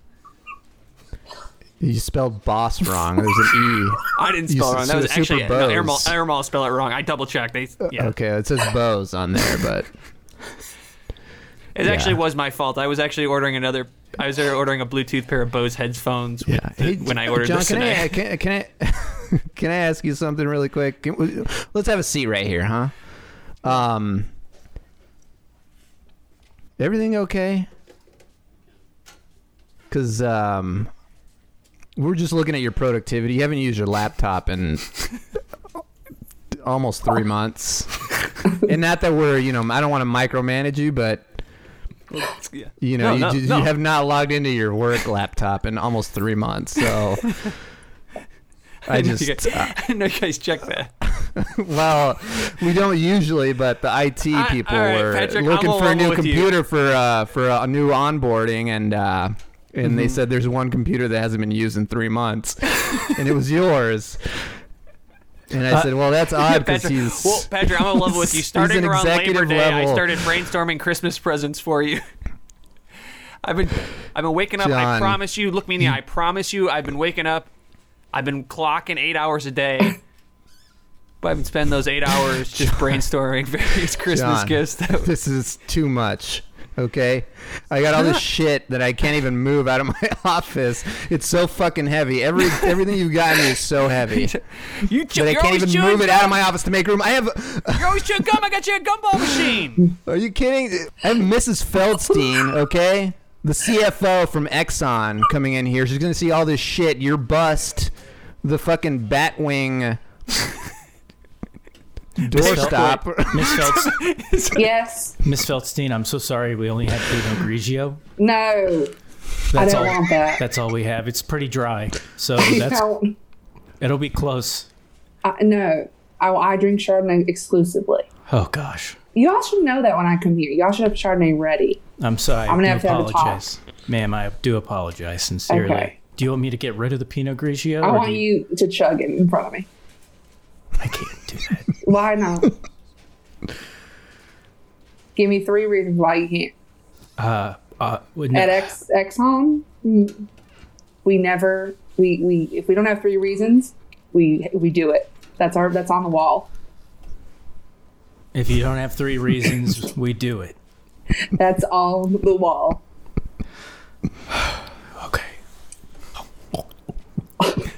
S6: You spelled boss wrong. There's an E.
S3: I didn't
S6: You
S3: spell it
S6: s-
S3: wrong. That
S6: so
S3: was
S6: the super
S3: actually no, Air Mall.
S6: bows.
S3: Air Mall spelled it wrong. I double checked. They
S6: e.
S3: yeah.
S6: Okay, it says bows on there, but
S3: It actually
S6: Yeah.
S3: was my fault. I was actually ordering another. I was ordering a Bluetooth pair of Bose headphones with
S6: yeah.
S3: the-
S6: Hey,
S3: when I ordered
S6: John,
S3: this
S6: can
S3: tonight.
S6: I can, can I can I ask you something really quick? Can we- let's have a seat right here, huh? Um, everything okay? Cause um, we're just looking at your productivity. You haven't used your laptop in almost three months, and not that we're you know I don't want to micromanage you, but
S3: Yeah.
S6: you know,
S3: No,
S6: you,
S3: no,
S6: do-
S3: no.
S6: you have not logged into your work laptop in almost three months. So I
S3: know you
S6: just,
S3: guys-
S6: uh,
S3: I know you guys check that.
S6: well, we don't usually, but the IT
S3: I-
S6: people
S3: all right,
S6: were
S3: Patrick,
S6: looking
S3: I'm
S6: for a
S3: along
S6: new
S3: with you.
S6: computer for uh, for a new onboarding, and uh, and
S3: Mm-hmm.
S6: they said there's one computer that hasn't been used in three months, and it was yours. And I said, well, that's odd because
S3: Uh, Patrick,
S6: he's
S3: well, Patrick, I'm in love with you.
S6: he's
S3: Starting
S6: an
S3: around Labor
S6: executive
S3: Day, I
S6: level.
S3: started brainstorming Christmas presents for you. I've been, I've been waking up. I
S6: John.
S3: promise you. Look me in the eye. I promise you. I've been waking up. I've been clocking eight hours a day. But I've been spending those eight hours just brainstorming various Christmas
S6: John,
S3: gifts. That
S6: This is too much. Okay, I got all this shit that I can't even move out of my office. It's so fucking heavy. Every everything you've gotten is so heavy that
S3: you, ch-
S6: I
S3: you're
S6: can't
S3: always
S6: even
S3: chewing
S6: move it
S3: gum.
S6: out of my office to make room. I have.
S3: You're always chewing gum. I got you a gumball machine.
S6: Are you kidding? I have Mrs. Feldstein. Okay, the CFO from Exxon coming in here. She's gonna see all this shit. Your bust, the fucking Batwing. Doorstop.
S4: Miss Felds-
S5: Yes.
S4: Miss Feldstein. I'm so sorry. We only have Pinot Grigio.
S5: No.
S4: That's
S5: don't
S4: all.
S5: want that.
S4: That's all we have. It's pretty dry, so
S5: I
S4: that's
S5: don't.
S4: it'll be close.
S5: I, no. I, I drink Chardonnay exclusively.
S4: Oh gosh.
S5: Y'all should know that when I come here. Y'all should have Chardonnay ready.
S4: I'm sorry. I'm
S5: gonna
S4: do
S5: have to have a talk.
S4: apologize. Ma'am, I do apologize sincerely.
S5: Okay.
S4: Do you want me to get rid of the Pinot Grigio?
S5: I
S4: or
S5: want
S4: do
S5: you to chug it in front of me.
S4: I can't do that.
S5: Why not? Give me three reasons why you can't.
S4: Uh, well,
S5: At
S4: no,
S5: X X home, mm, we never we we if we don't have three reasons, we we do it. That's our that's on the wall.
S4: If you don't have three reasons, we do it.
S5: That's on the wall.
S4: Okay.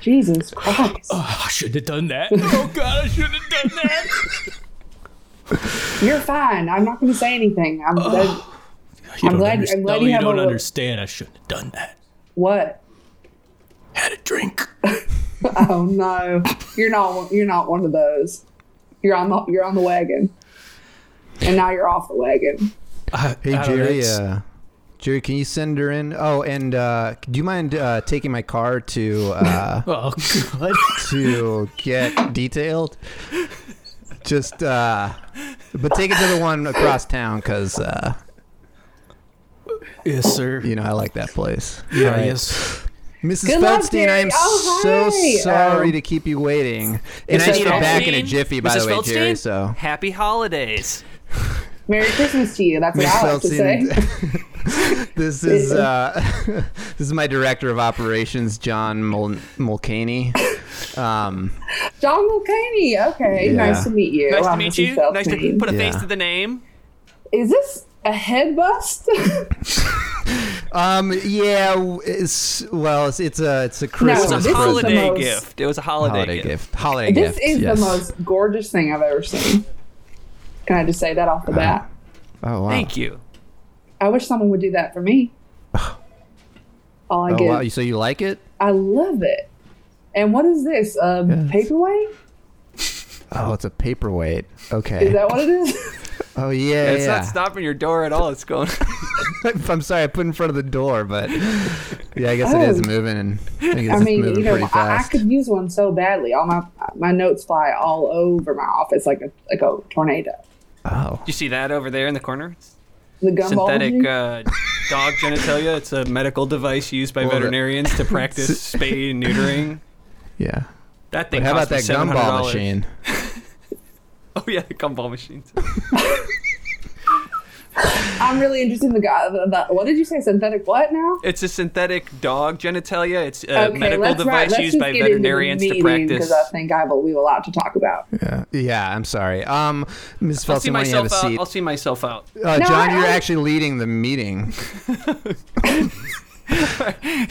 S5: Jesus Christ.
S4: I should have done that. oh God, I should have done that.
S5: You're fine. I'm not going to say anything. I'm
S4: You
S5: I- I'm
S4: don't
S5: glad- I'm
S4: underst-
S5: glad
S4: oh,
S5: you have a
S4: don't
S5: little-
S4: understand. I shouldn't have done that.
S5: what?
S4: Had a drink.
S5: Oh no, you're not. one- You're not one of those. You're on the. You're on the wagon, and now you're off the wagon.
S6: Hey
S4: I don't know,
S6: Jerry,
S4: it's-
S6: uh, Jerry, can you send her in? Oh, and uh, do you mind uh, taking my car to uh,
S4: Oh God.
S6: to get detailed? Just, uh, but take it to the one across town because uh,
S4: yes, sir.
S6: you know I like that place.
S4: Yeah,
S6: All right.
S4: yes.
S6: Mrs.
S5: Good luck,
S6: Feldstein, I am
S5: Jerry. Oh,
S6: so
S5: hi.
S6: sorry
S5: Um,
S6: to keep you waiting, and I
S3: Mrs.
S6: need it back in a
S3: Feldstein?
S6: jiffy. By
S3: Mrs.
S6: the way, Jerry.
S3: Feldstein?
S6: So.
S3: Happy holidays.
S5: Merry Christmas to you. That's what
S6: Miss
S5: I like to say.
S6: Felton, this is uh, this is my director of operations, John Mul- Mulcaney. Um,
S5: John Mulcahy. Okay,
S6: Yeah.
S5: nice to meet you.
S3: Nice to
S5: I'm
S3: meet
S5: Mrs.
S3: you. Nice to
S5: Feldstein.
S3: put a face
S6: Yeah.
S3: to the name.
S5: Is this a head bust?
S6: um, yeah, w- it's, well, it's, it's a it's a
S5: It
S6: Christmas
S3: It was a
S5: Oh, this is the
S6: present.
S3: holiday
S5: most-
S3: gift. It was a holiday,
S6: holiday
S3: gift.
S6: gift. Holiday
S5: this
S6: gift.
S5: is
S6: yes.
S5: the most gorgeous thing I've ever seen. Can I just say that
S6: Uh-huh.
S5: off the bat?
S6: Oh wow!
S3: Thank you.
S5: I wish someone would do that for me. All I
S6: Oh
S5: get.
S6: wow! So you like it?
S5: I love it. And what is this? A
S6: Yes.
S5: paperweight?
S6: Oh, it's a paperweight.
S5: Is
S6: Okay.
S5: that what it is?
S6: oh yeah,
S3: It's
S6: yeah.
S3: not stopping your door at all. It's going.
S6: I'm sorry, I put in front of the door, but yeah, I guess it is
S5: Oh.
S6: moving, and I guess
S5: I
S6: it's
S5: mean,
S6: moving
S5: you know,
S6: pretty
S5: I, I
S6: fast.
S5: could use one so badly. All my my notes fly all over my office like a like a tornado.
S6: oh,
S3: you see that over there in the corner? It's
S5: The gumball.
S3: synthetic
S5: machine?
S3: uh, dog genitalia. It's a medical device used by
S6: Well, that-
S3: veterinarians to practice spay and neutering.
S6: yeah.
S3: That thing.
S6: But how about
S3: cost me
S6: that gumball
S3: $700.
S6: machine?
S3: Oh yeah, the gumball machine.
S5: I'm really interested in the guy. The, the, what did you say? Synthetic what now?
S3: It's a synthetic dog genitalia. It's a
S5: okay,
S3: medical
S5: let's not-
S3: device
S5: let's
S3: used
S5: just
S3: by
S5: get into the
S3: veterinarians to
S5: meeting,
S3: practice.
S5: Because I think I will, we have a lot to talk about.
S6: Yeah, yeah. I'm sorry. Um, Ms.
S3: I'll see
S6: Felton, why don't you have a
S3: myself out.
S6: seat?
S3: I'll see myself out.
S6: Uh,
S5: No,
S6: John,
S5: I-
S6: you're
S5: I-
S6: actually leading the meeting.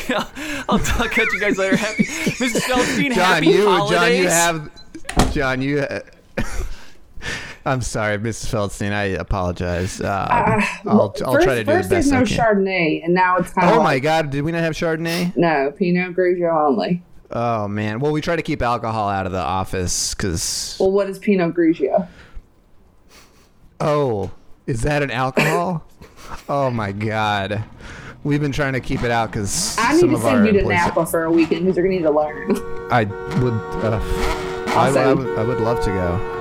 S3: I'll, I'll catch you guys later. Happy, Mrs. Feldstein,
S6: John,
S3: happy
S6: you,
S3: holidays.
S6: John, you have, John, you. Uh, I'm sorry, Mrs. Feldstein. I apologize. Um, I'll, I'll
S5: Uh, first,
S6: try to do
S5: first
S6: the best
S5: there's no
S6: I can.
S5: Chardonnay, and now it's kind of
S6: Oh my
S5: like,
S6: God! Did we not have Chardonnay?
S5: no Pinot Grigio only.
S6: Oh man! Well, we try to keep alcohol out of the office because.
S5: Well, what is Pinot Grigio?
S6: Oh, is that an alcohol? oh my God! We've been trying to keep it out because
S5: I need
S6: some
S5: to
S6: of our
S5: send you to
S6: employees.
S5: Napa for a weekend because you're gonna need to learn.
S6: I would. Uh, I,
S5: Awesome.
S6: I would, I would love to go.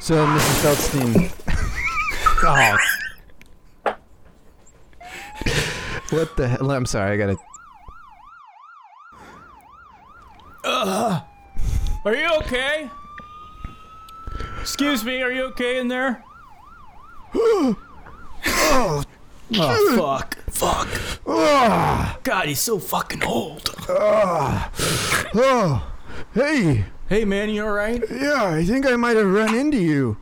S6: So, Mrs. Feldstein. oh. What the hell? I'm sorry. I gotta.
S4: Are you okay? Excuse me, are you okay in there? oh, fuck. Fuck. God, he's so fucking old.
S6: Oh, hey.
S4: Hey, man, you alright?
S6: Yeah, I think I might have run into you.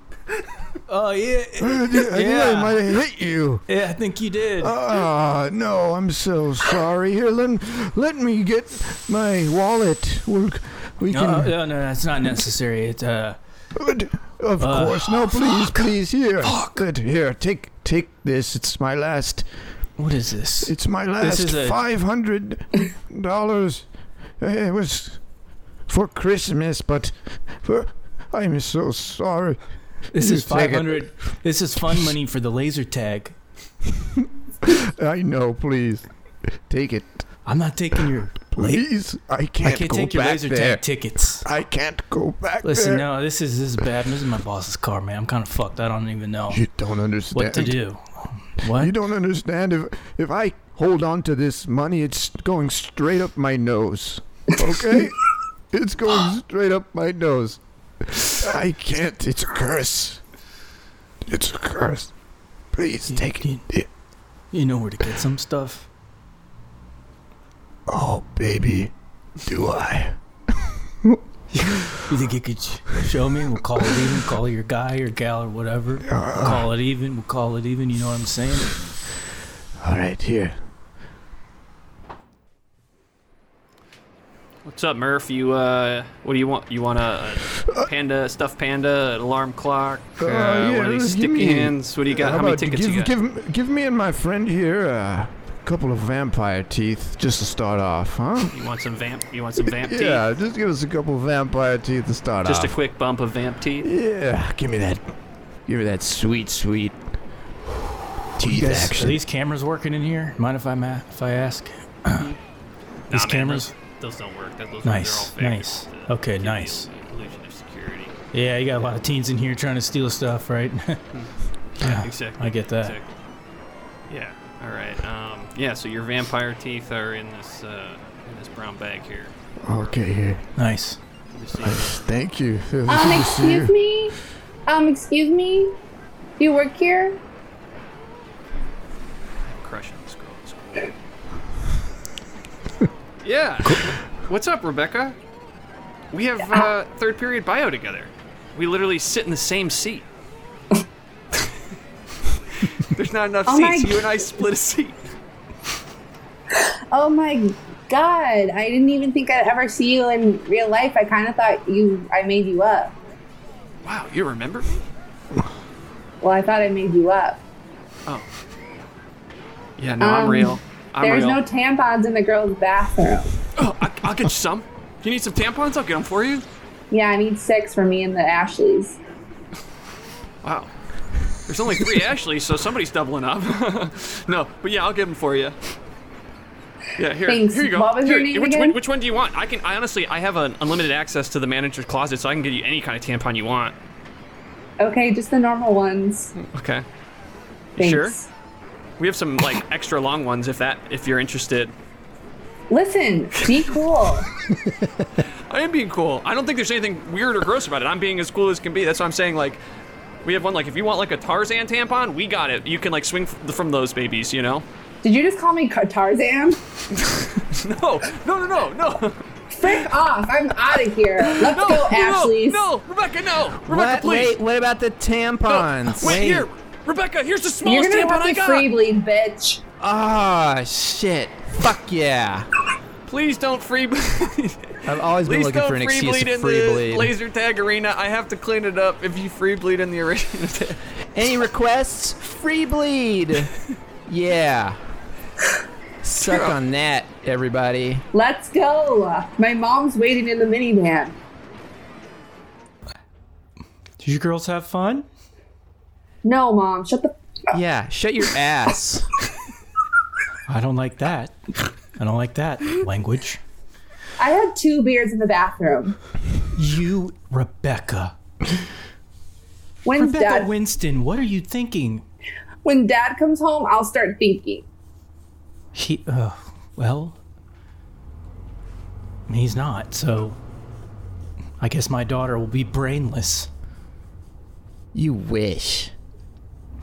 S4: Oh, yeah.
S6: I think
S4: Yeah.
S6: I might have hit you.
S4: Yeah, I think you did.
S6: Ah, no, I'm so sorry. Here, let, let me get my wallet. We'll, we
S4: no,
S6: can.
S4: uh, no, no, that's not necessary. It's, uh,
S6: Good. Of course. No, please, please. Here. Good. Here. Take take this. It's my last.
S4: what is this?
S6: It's my last
S4: is a-
S6: five hundred dollars. Eh, It was for Christmas, but for, I'm so sorry.
S4: This is
S6: you take it.
S4: 500. This is fun money for the laser tag.
S6: I know. Please, take it.
S4: I'm not taking your. la-
S6: Please, I
S4: I
S6: can't,
S4: can't
S6: go
S4: take your
S6: back
S4: laser
S6: there.
S4: tag tickets.
S6: I can't go back
S4: Listen,
S6: there.
S4: no, this is this is bad. This is my boss's car, man. I'm kind of fucked. I don't even know
S6: You don't understand.
S4: what to do. What?
S6: You don't understand. If if I hold on to this money, it's going straight up my nose. Okay, it's going straight up my nose. I can't. It's a curse. It's a curse. Please
S4: You-
S6: take
S4: you-
S6: it.
S4: You know where to get some stuff.
S6: Oh, baby, do I?
S4: You think you could sh- show me? We'll call it even. Call your guy or gal or whatever. We'll
S6: Uh-uh.
S4: call it even. We'll call it even. You know what I'm saying?
S2: All right, here.
S3: What's up, Murph? You uh, what do you want? You want a a panda, stuffed panda, an alarm clock, uh,
S6: yeah,
S3: one of these
S6: let's give
S3: sticky
S6: me-
S3: hands? What do you got? How,
S6: How
S3: many
S6: about
S3: tickets
S6: give,
S3: you got?
S6: Give, give me and my friend here uh, a couple of vampire teeth just to start off, huh?
S3: You want some vamp? You want some vamp teeth?
S6: Yeah, just give us a couple of vampire teeth to start
S3: Just a
S6: off.
S3: quick bump of vamp teeth.
S6: yeah, give me that. Give me that sweet, sweet teeth
S4: Guys, Are
S6: action.
S4: these cameras working in here? Mind if I ma- if I ask? these
S3: Nah, man,
S4: cameras.
S3: those, those don't work. That- Those those
S4: Nice,
S3: are all fake.
S4: nice.
S3: It's,
S4: Okay,
S3: give you
S4: nice.
S3: an Illusion of security.
S4: Yeah, you got a lot of teens in here trying to steal stuff, right? yeah,
S3: Exactly.
S4: I get that.
S3: Exactly. Yeah. All right. Um, yeah. So your vampire teeth are in this uh, in this brown bag here.
S6: Okay, here.
S4: Nice.
S3: Let me see.
S6: Thank you.
S5: Um, excuse me? Um, excuse me? Do you work here?
S3: crushing this girl at school. yeah. What's up, Rebecca? We have uh, third period bio together. We literally sit in the same seat. There's not enough
S5: Oh my
S3: seats. You and I split a seat.
S5: Oh my god, I didn't even think I'd ever see you in real life. I kind of thought you, I made you up.
S3: Wow, you remember me?
S5: Well, I thought I made you up.
S3: Oh. Yeah, no, I'm
S5: Um,
S3: real. I'm
S5: There's
S3: real.
S5: no tampons in the girls' bathroom.
S3: oh, I, I'll get you some. You need some tampons? I'll get them for you.
S5: Yeah, I need six for me and the Ashleys.
S3: Wow. There's only three Ashleys, so somebody's doubling up. no, but yeah, I'll get them for you. Yeah, here,
S5: Thanks.
S3: here you go.
S5: What was your
S3: Here,
S5: name
S3: which,
S5: again?
S3: One, which one do you want? I can. I honestly, I have an unlimited access to the manager's closet, so I can get you any kind of tampon you want.
S5: Okay, just the normal ones.
S3: Okay. You
S5: Thanks.
S3: sure? We have some like extra long ones if that if you're interested.
S5: Listen, be cool.
S3: I am being cool. I don't think there's anything weird or gross about it. I'm being as cool as can be. That's why I'm saying like, we have one like if you want like a Tarzan tampon, we got it. You can like swing f- from those babies, you know?
S5: Did you just call me Car- Tarzan?
S3: No, no, no, no, no.
S5: Frick off. I'm out of here. Let's
S3: No,
S5: go,
S3: no,
S5: Ashleys.
S3: No, Rebecca, no. Rebecca,
S2: What?
S3: please.
S2: Wait, what about the tampons?
S3: Wait, here. Rebecca, here's the
S5: You're
S3: smallest
S5: gonna
S3: tampon
S5: have
S3: I
S5: to
S3: got.
S5: free bleed, bitch.
S2: Ah, shit. Fuck yeah.
S3: Please don't free bleed.
S2: I've always been
S3: Please
S2: looking
S3: don't
S2: for an
S3: free
S2: excuse
S3: bleed
S2: to
S3: in
S2: free
S3: the
S2: bleed.
S3: laser tag arena. I have to clean it up if you free bleed in the arena.
S2: Any requests? Free bleed. yeah. Suck on that, everybody.
S5: Let's go. My mom's waiting in the minivan.
S4: Did you girls have fun?
S5: No, mom, shut the.
S2: Yeah, shut your ass.
S4: I don't like that. I don't like that language.
S5: I had two beers in the bathroom.
S4: You, Rebecca.
S5: When
S4: Rebecca
S5: dad,
S4: Winston, what are you thinking?
S5: when dad comes home, I'll start thinking.
S4: He, uh, well, he's not, so I guess my daughter will be brainless.
S2: you wish.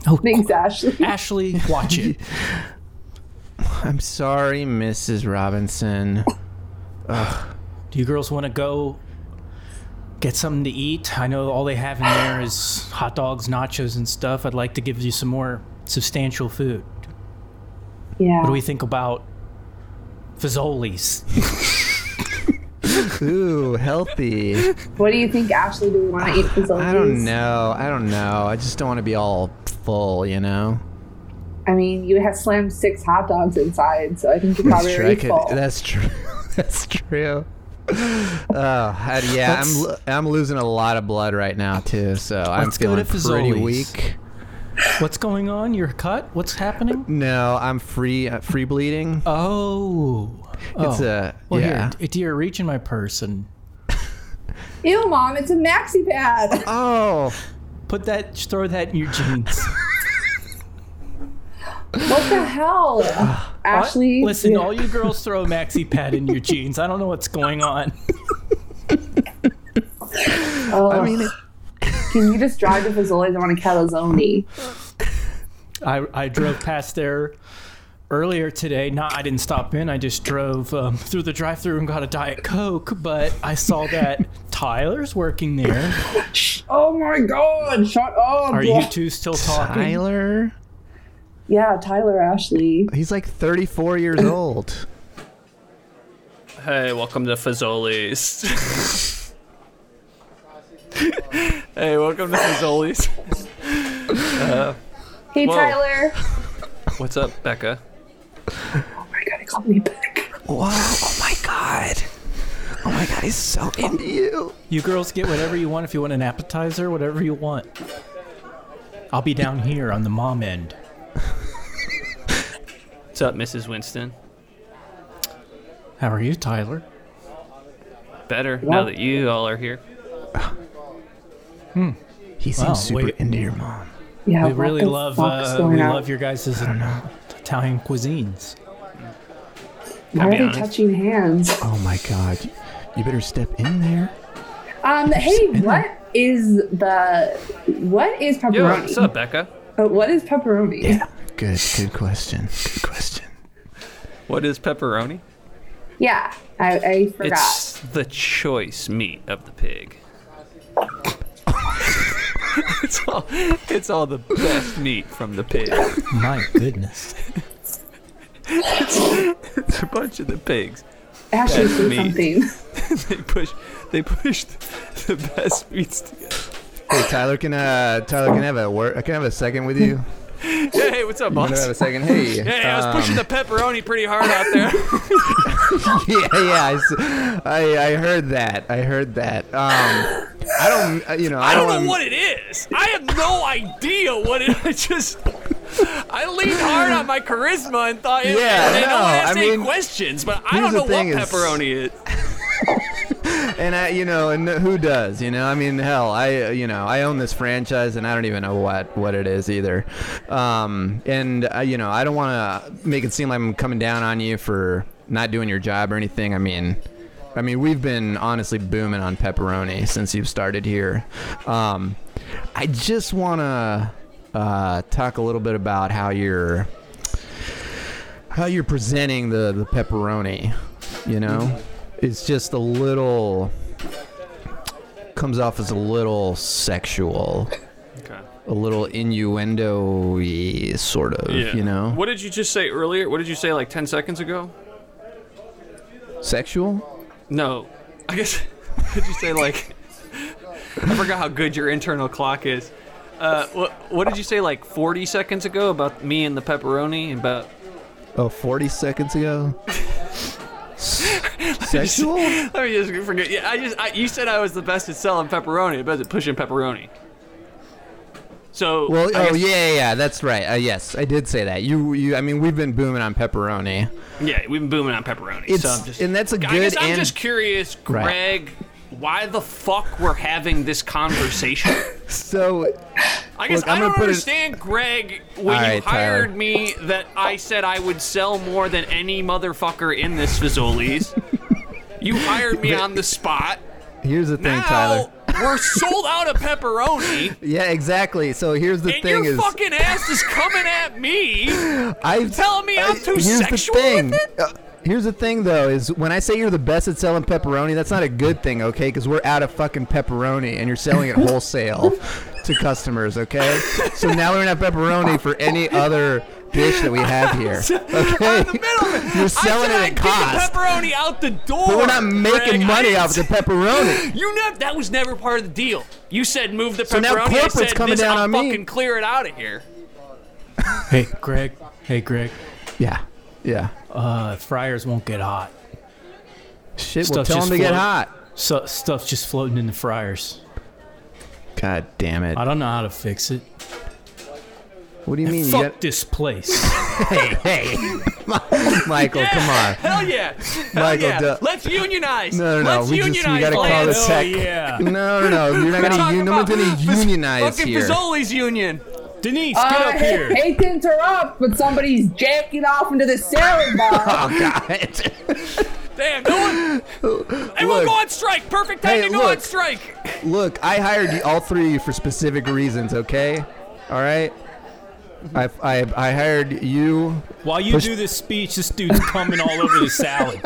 S4: Oh,
S5: Thanks, Ashley.
S4: Ashley, watch it.
S2: I'm sorry, Mrs. Robinson.
S4: Do you girls want to go get something to eat? I know all they have in there is hot dogs, nachos, and stuff. I'd like to give you some more substantial food.
S5: Yeah.
S4: What do we think about Fazoli's?
S2: Ooh, healthy.
S5: you think, Ashley? Do we want to eat these?
S2: I don't know. I don't know. I just don't want to be all full, you know?
S5: I mean, you have slammed six hot dogs inside, so I think you're probably
S2: I
S5: already
S2: could-
S5: full.
S2: that's true. that's true. Oh, I- yeah, I'm lo- I'm losing a lot of blood right now too, so I'm
S4: Let's go
S2: feeling
S4: to
S2: pretty
S4: Fazoli's.
S2: weak.
S4: What's going on? You're cut? What's happening?
S2: No, I'm free uh, free bleeding.
S4: Oh. oh.
S2: It's a
S4: Well,
S2: yeah.
S4: here, d- dear, reach in my purse and
S5: Ew, mom, it's a maxi pad.
S2: Oh,
S4: put that, just throw that in your jeans.
S5: what the hell, Ashley?
S4: Listen,
S5: yeah.
S4: all you girls throw a maxi pad in your jeans. I don't know what's going on.
S2: I mean, it-
S5: Oh. Can you just drive to Fazoli's? I want a calzone.
S4: I, I drove past there earlier today. Not I didn't stop in. I just drove um, through the drive-through and got a diet coke. But I saw that Tyler's working there.
S5: Oh my god! Shut up!
S4: Are you two still talking?
S6: Tyler?
S5: Yeah, Tyler Ashley.
S6: He's like 34 years old.
S2: Hey, welcome to Fazoli's.
S3: Hey, welcome to Fazoli's.
S7: Hey,
S3: Whoa.
S7: Tyler.
S3: What's up, Becca?
S5: I gotta call me back.
S6: Wow. Oh my god. Oh my god, he's so into you.
S4: You girls get whatever you want. If you want an appetizer, whatever you want. I'll be down here on the mom end.
S2: What's up, Mrs. Winston?
S4: How are you, Tyler?
S2: Better now that you all are here.
S6: He seems
S4: Wow,
S6: super
S4: wait.
S6: into your mom.
S5: Yeah,
S4: We
S5: what
S4: really
S5: the
S4: love
S5: fuck's
S4: uh,
S5: going
S4: we
S5: on?
S4: love your guys' Italian cuisines.
S5: Why
S2: I'll
S5: are
S2: be
S5: they
S2: honest.
S5: touching hands?
S6: Oh my god. You better step in there.
S7: Um, hey, what is the what is
S2: Yo,
S7: pepperoni?
S2: what's up, Becca?
S5: Oh,
S7: Uh, what is pepperoni? Yeah.
S6: Good, good question. Good question.
S3: What is pepperoni?
S7: I, I forgot.
S3: It's the choice meat of the pig. it's all it's all the best meat from the pig.
S4: My goodness.
S3: It's a bunch of the pigs.
S5: Ashley
S3: That's
S5: said
S3: me.
S5: something.
S3: They push they push the best meats together.
S6: Hey Tyler, can uh Tyler can I have a word can I have a second with you?
S3: Yeah, hey, what's up,
S6: Can I have a
S3: boss?
S6: second? Hey. uh,
S3: Hey, I was
S6: Um,
S3: pushing the pepperoni pretty hard out there.
S6: yeah, yeah. I s- I, I heard that. I heard that. Um, I don't, uh, you know, I,
S3: I don't
S6: wanna-
S3: know what it is. I have no idea what it. I just I leaned hard on my charisma and thought,
S6: Yeah,
S3: yeah, and
S6: no,
S3: no one
S6: I
S3: asked any
S6: mean,
S3: questions, but I don't
S6: here's the
S3: know what
S6: thing is-
S3: pepperoni is.
S6: And I, you know, and who does? You know, I mean, hell, I, uh, you know, I own this franchise, and I don't even know what what it is either. Um, and uh, you know, I don't want to make it seem like I'm coming down on you for not doing your job or anything. I mean. I mean, we've been honestly booming on pepperoni since you've started here. Um, I just want to uh, talk a little bit about how you're how you're presenting the the pepperoni. You know, it's just a little comes off as a little sexual,
S3: Okay.
S6: a little innuendo sort of. You know,
S3: What did you just say earlier? What did you say like 10 seconds ago?
S6: sexual.
S3: No. I guess. What did you say like. I forgot how good your internal clock is. Uh, what, what did you say like 40 seconds ago about me and the pepperoni? About.
S6: Oh, 40 seconds ago. S- sexual.
S3: Let me just forget. Yeah, I just. I, you said I was the best at selling pepperoni, the best at pushing pepperoni. So.
S6: Well,
S3: I
S6: oh
S3: guess-
S6: yeah, yeah, yeah, that's right. Uh, yes, I did say that. You, you. I mean, we've been booming on pepperoni.
S3: Yeah, we've been booming on pepperoni.
S6: It's
S3: so I'm just,
S6: and that's a good.
S3: I guess I'm
S6: and,
S3: just curious,
S6: Right.
S3: Greg, why the fuck we're having this conversation?
S6: so
S3: I guess
S6: Look,
S3: I
S6: I'm gonna
S3: don't
S6: put it-
S3: understand, Greg, when
S6: All
S3: you
S6: right, Tyler.
S3: hired me that I said I would sell more than any motherfucker in this Fazoli's. you hired me on the spot.
S6: here's the thing,
S3: now
S6: Tyler.
S3: we're sold out of pepperoni,
S6: Yeah, exactly. So here's the
S3: and
S6: thing
S3: your
S6: is,
S3: fucking ass is coming at me.
S6: I
S3: telling me I'm too
S6: here's
S3: sexual
S6: The
S3: with
S6: thing. Uh, Here's the thing, though, is when I say you're the best at selling pepperoni, that's not a good thing, okay? Because we're out of fucking pepperoni, and you're selling it wholesale to customers, okay? So now we don't have pepperoni for any other dish that we have here, okay? You're selling
S3: I said
S6: it
S3: I'd
S6: at
S3: get
S6: cost,
S3: the pepperoni out the door.
S6: but we're not making
S3: Greg.
S6: money off the pepperoni.
S3: You never. That was never part of the deal. You said move the
S6: So
S3: pepperoni.
S6: now
S3: I
S6: corporate's
S3: said,
S6: coming
S3: this,
S6: down
S3: I'll
S6: on me.
S3: fucking clear it out of here.
S4: Hey, Greg. Hey, Greg.
S6: Yeah, yeah.
S4: Uh, fryers won't get hot.
S6: Shit, well,
S4: Stuff
S6: tell them
S4: just
S6: to get
S4: float.
S6: hot.
S4: So stuff's just floating in the fryers.
S6: God damn it.
S4: I don't know how to fix it.
S6: What do you mean? You
S4: Fuck
S6: got-
S4: this place.
S6: hey, hey. Michael, come on.
S3: Hell yeah. Hell
S6: Michael,
S3: yeah.
S6: duh.
S3: Let's unionize.
S6: No, no, no.
S3: Let's
S6: we just
S3: unionize.
S6: we gotta call
S3: Lance.
S6: the
S4: Hell
S6: tech.
S4: yeah.
S6: No, no, no. You're not
S3: We're
S6: gonna,
S3: talking
S6: un- no one's
S3: about
S6: gonna
S3: Fizz-
S6: unionize
S3: Fucking
S6: here.
S3: Fazoli's union.
S4: Denise,
S5: I
S4: get up
S5: hate,
S4: here.
S5: hate to interrupt, but somebody's jacking off into the salad bar.
S6: Oh God.
S3: Damn, no one. Everyone
S6: Look.
S3: go on strike. Perfect time
S6: Hey,
S3: to go on
S6: look.
S3: strike.
S6: Look, I hired you all three of you for specific reasons. Okay. All right.
S3: Mm-hmm.
S6: I, I, I hired you,
S4: While you do this speech, this dude's coming all over the salad.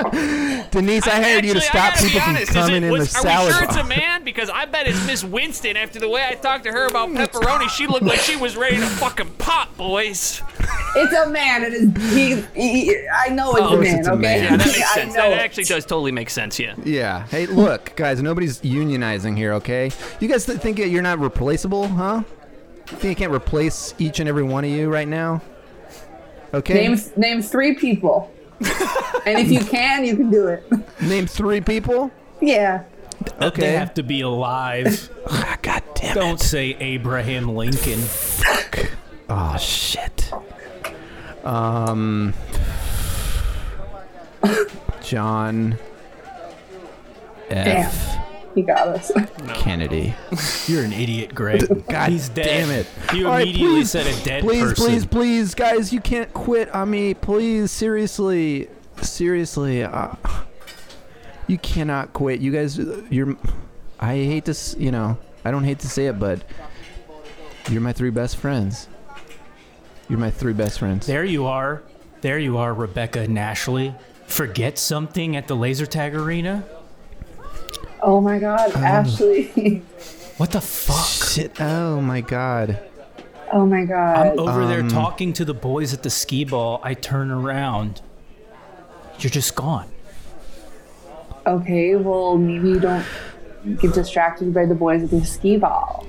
S6: Denise. I, hired you to
S3: Actually,
S6: stop
S3: I gotta
S6: people
S3: be
S6: from
S3: honest, is
S6: coming
S3: it,
S6: in
S3: was,
S6: the
S3: are
S6: salad
S3: we sure it's a
S6: bar.
S3: man? Because I bet it's Miss Winston after the way I talked to her about pepperoni. She looked like she was ready to fucking pop, boys.
S5: It's a man. It is. He, he- I know it's
S6: course
S5: a man.
S6: it's a
S5: okay.
S6: man.
S3: Yeah, that makes sense.
S5: I know
S3: That
S5: it.
S3: actually does totally make sense, yeah.
S6: Yeah. Hey, look, guys. Nobody's unionizing here, okay? You guys th- think that you're not replaceable, huh? Think you can't replace each and every one of you right now? Okay.
S5: Name name three people. and if you can, you can do it.
S6: Name three people.
S5: Yeah.
S4: They
S6: Okay.
S4: have to be alive.
S6: God damn
S4: Don't say Abraham Lincoln.
S6: Oh shit. Um. John
S5: Damn.
S6: F.
S5: He got us.
S6: Kennedy.
S4: You're an idiot, Greg.
S6: God
S4: He's dead.
S6: damn it.
S4: You
S6: All right,
S4: immediately
S6: please,
S4: said a dead
S6: please,
S4: person.
S6: Please, please, guys, you can't quit on me. Please, seriously. Seriously. Uh, you cannot quit. You guys, you're. I hate this, you know, I don't hate to say it, but you're my three best friends. You're my three best friends.
S4: There you are. There you are, Rebecca and Ashley. Forget something at the laser tag arena?
S5: Oh my God, Ashley.
S4: What the fuck?
S6: Shit. Oh my god.
S5: Oh my God.
S4: I'm over there talking to the boys at the skee ball. I turn around. You're just gone.
S5: okay. Well, maybe you don't get distracted by the boys at the skee ball.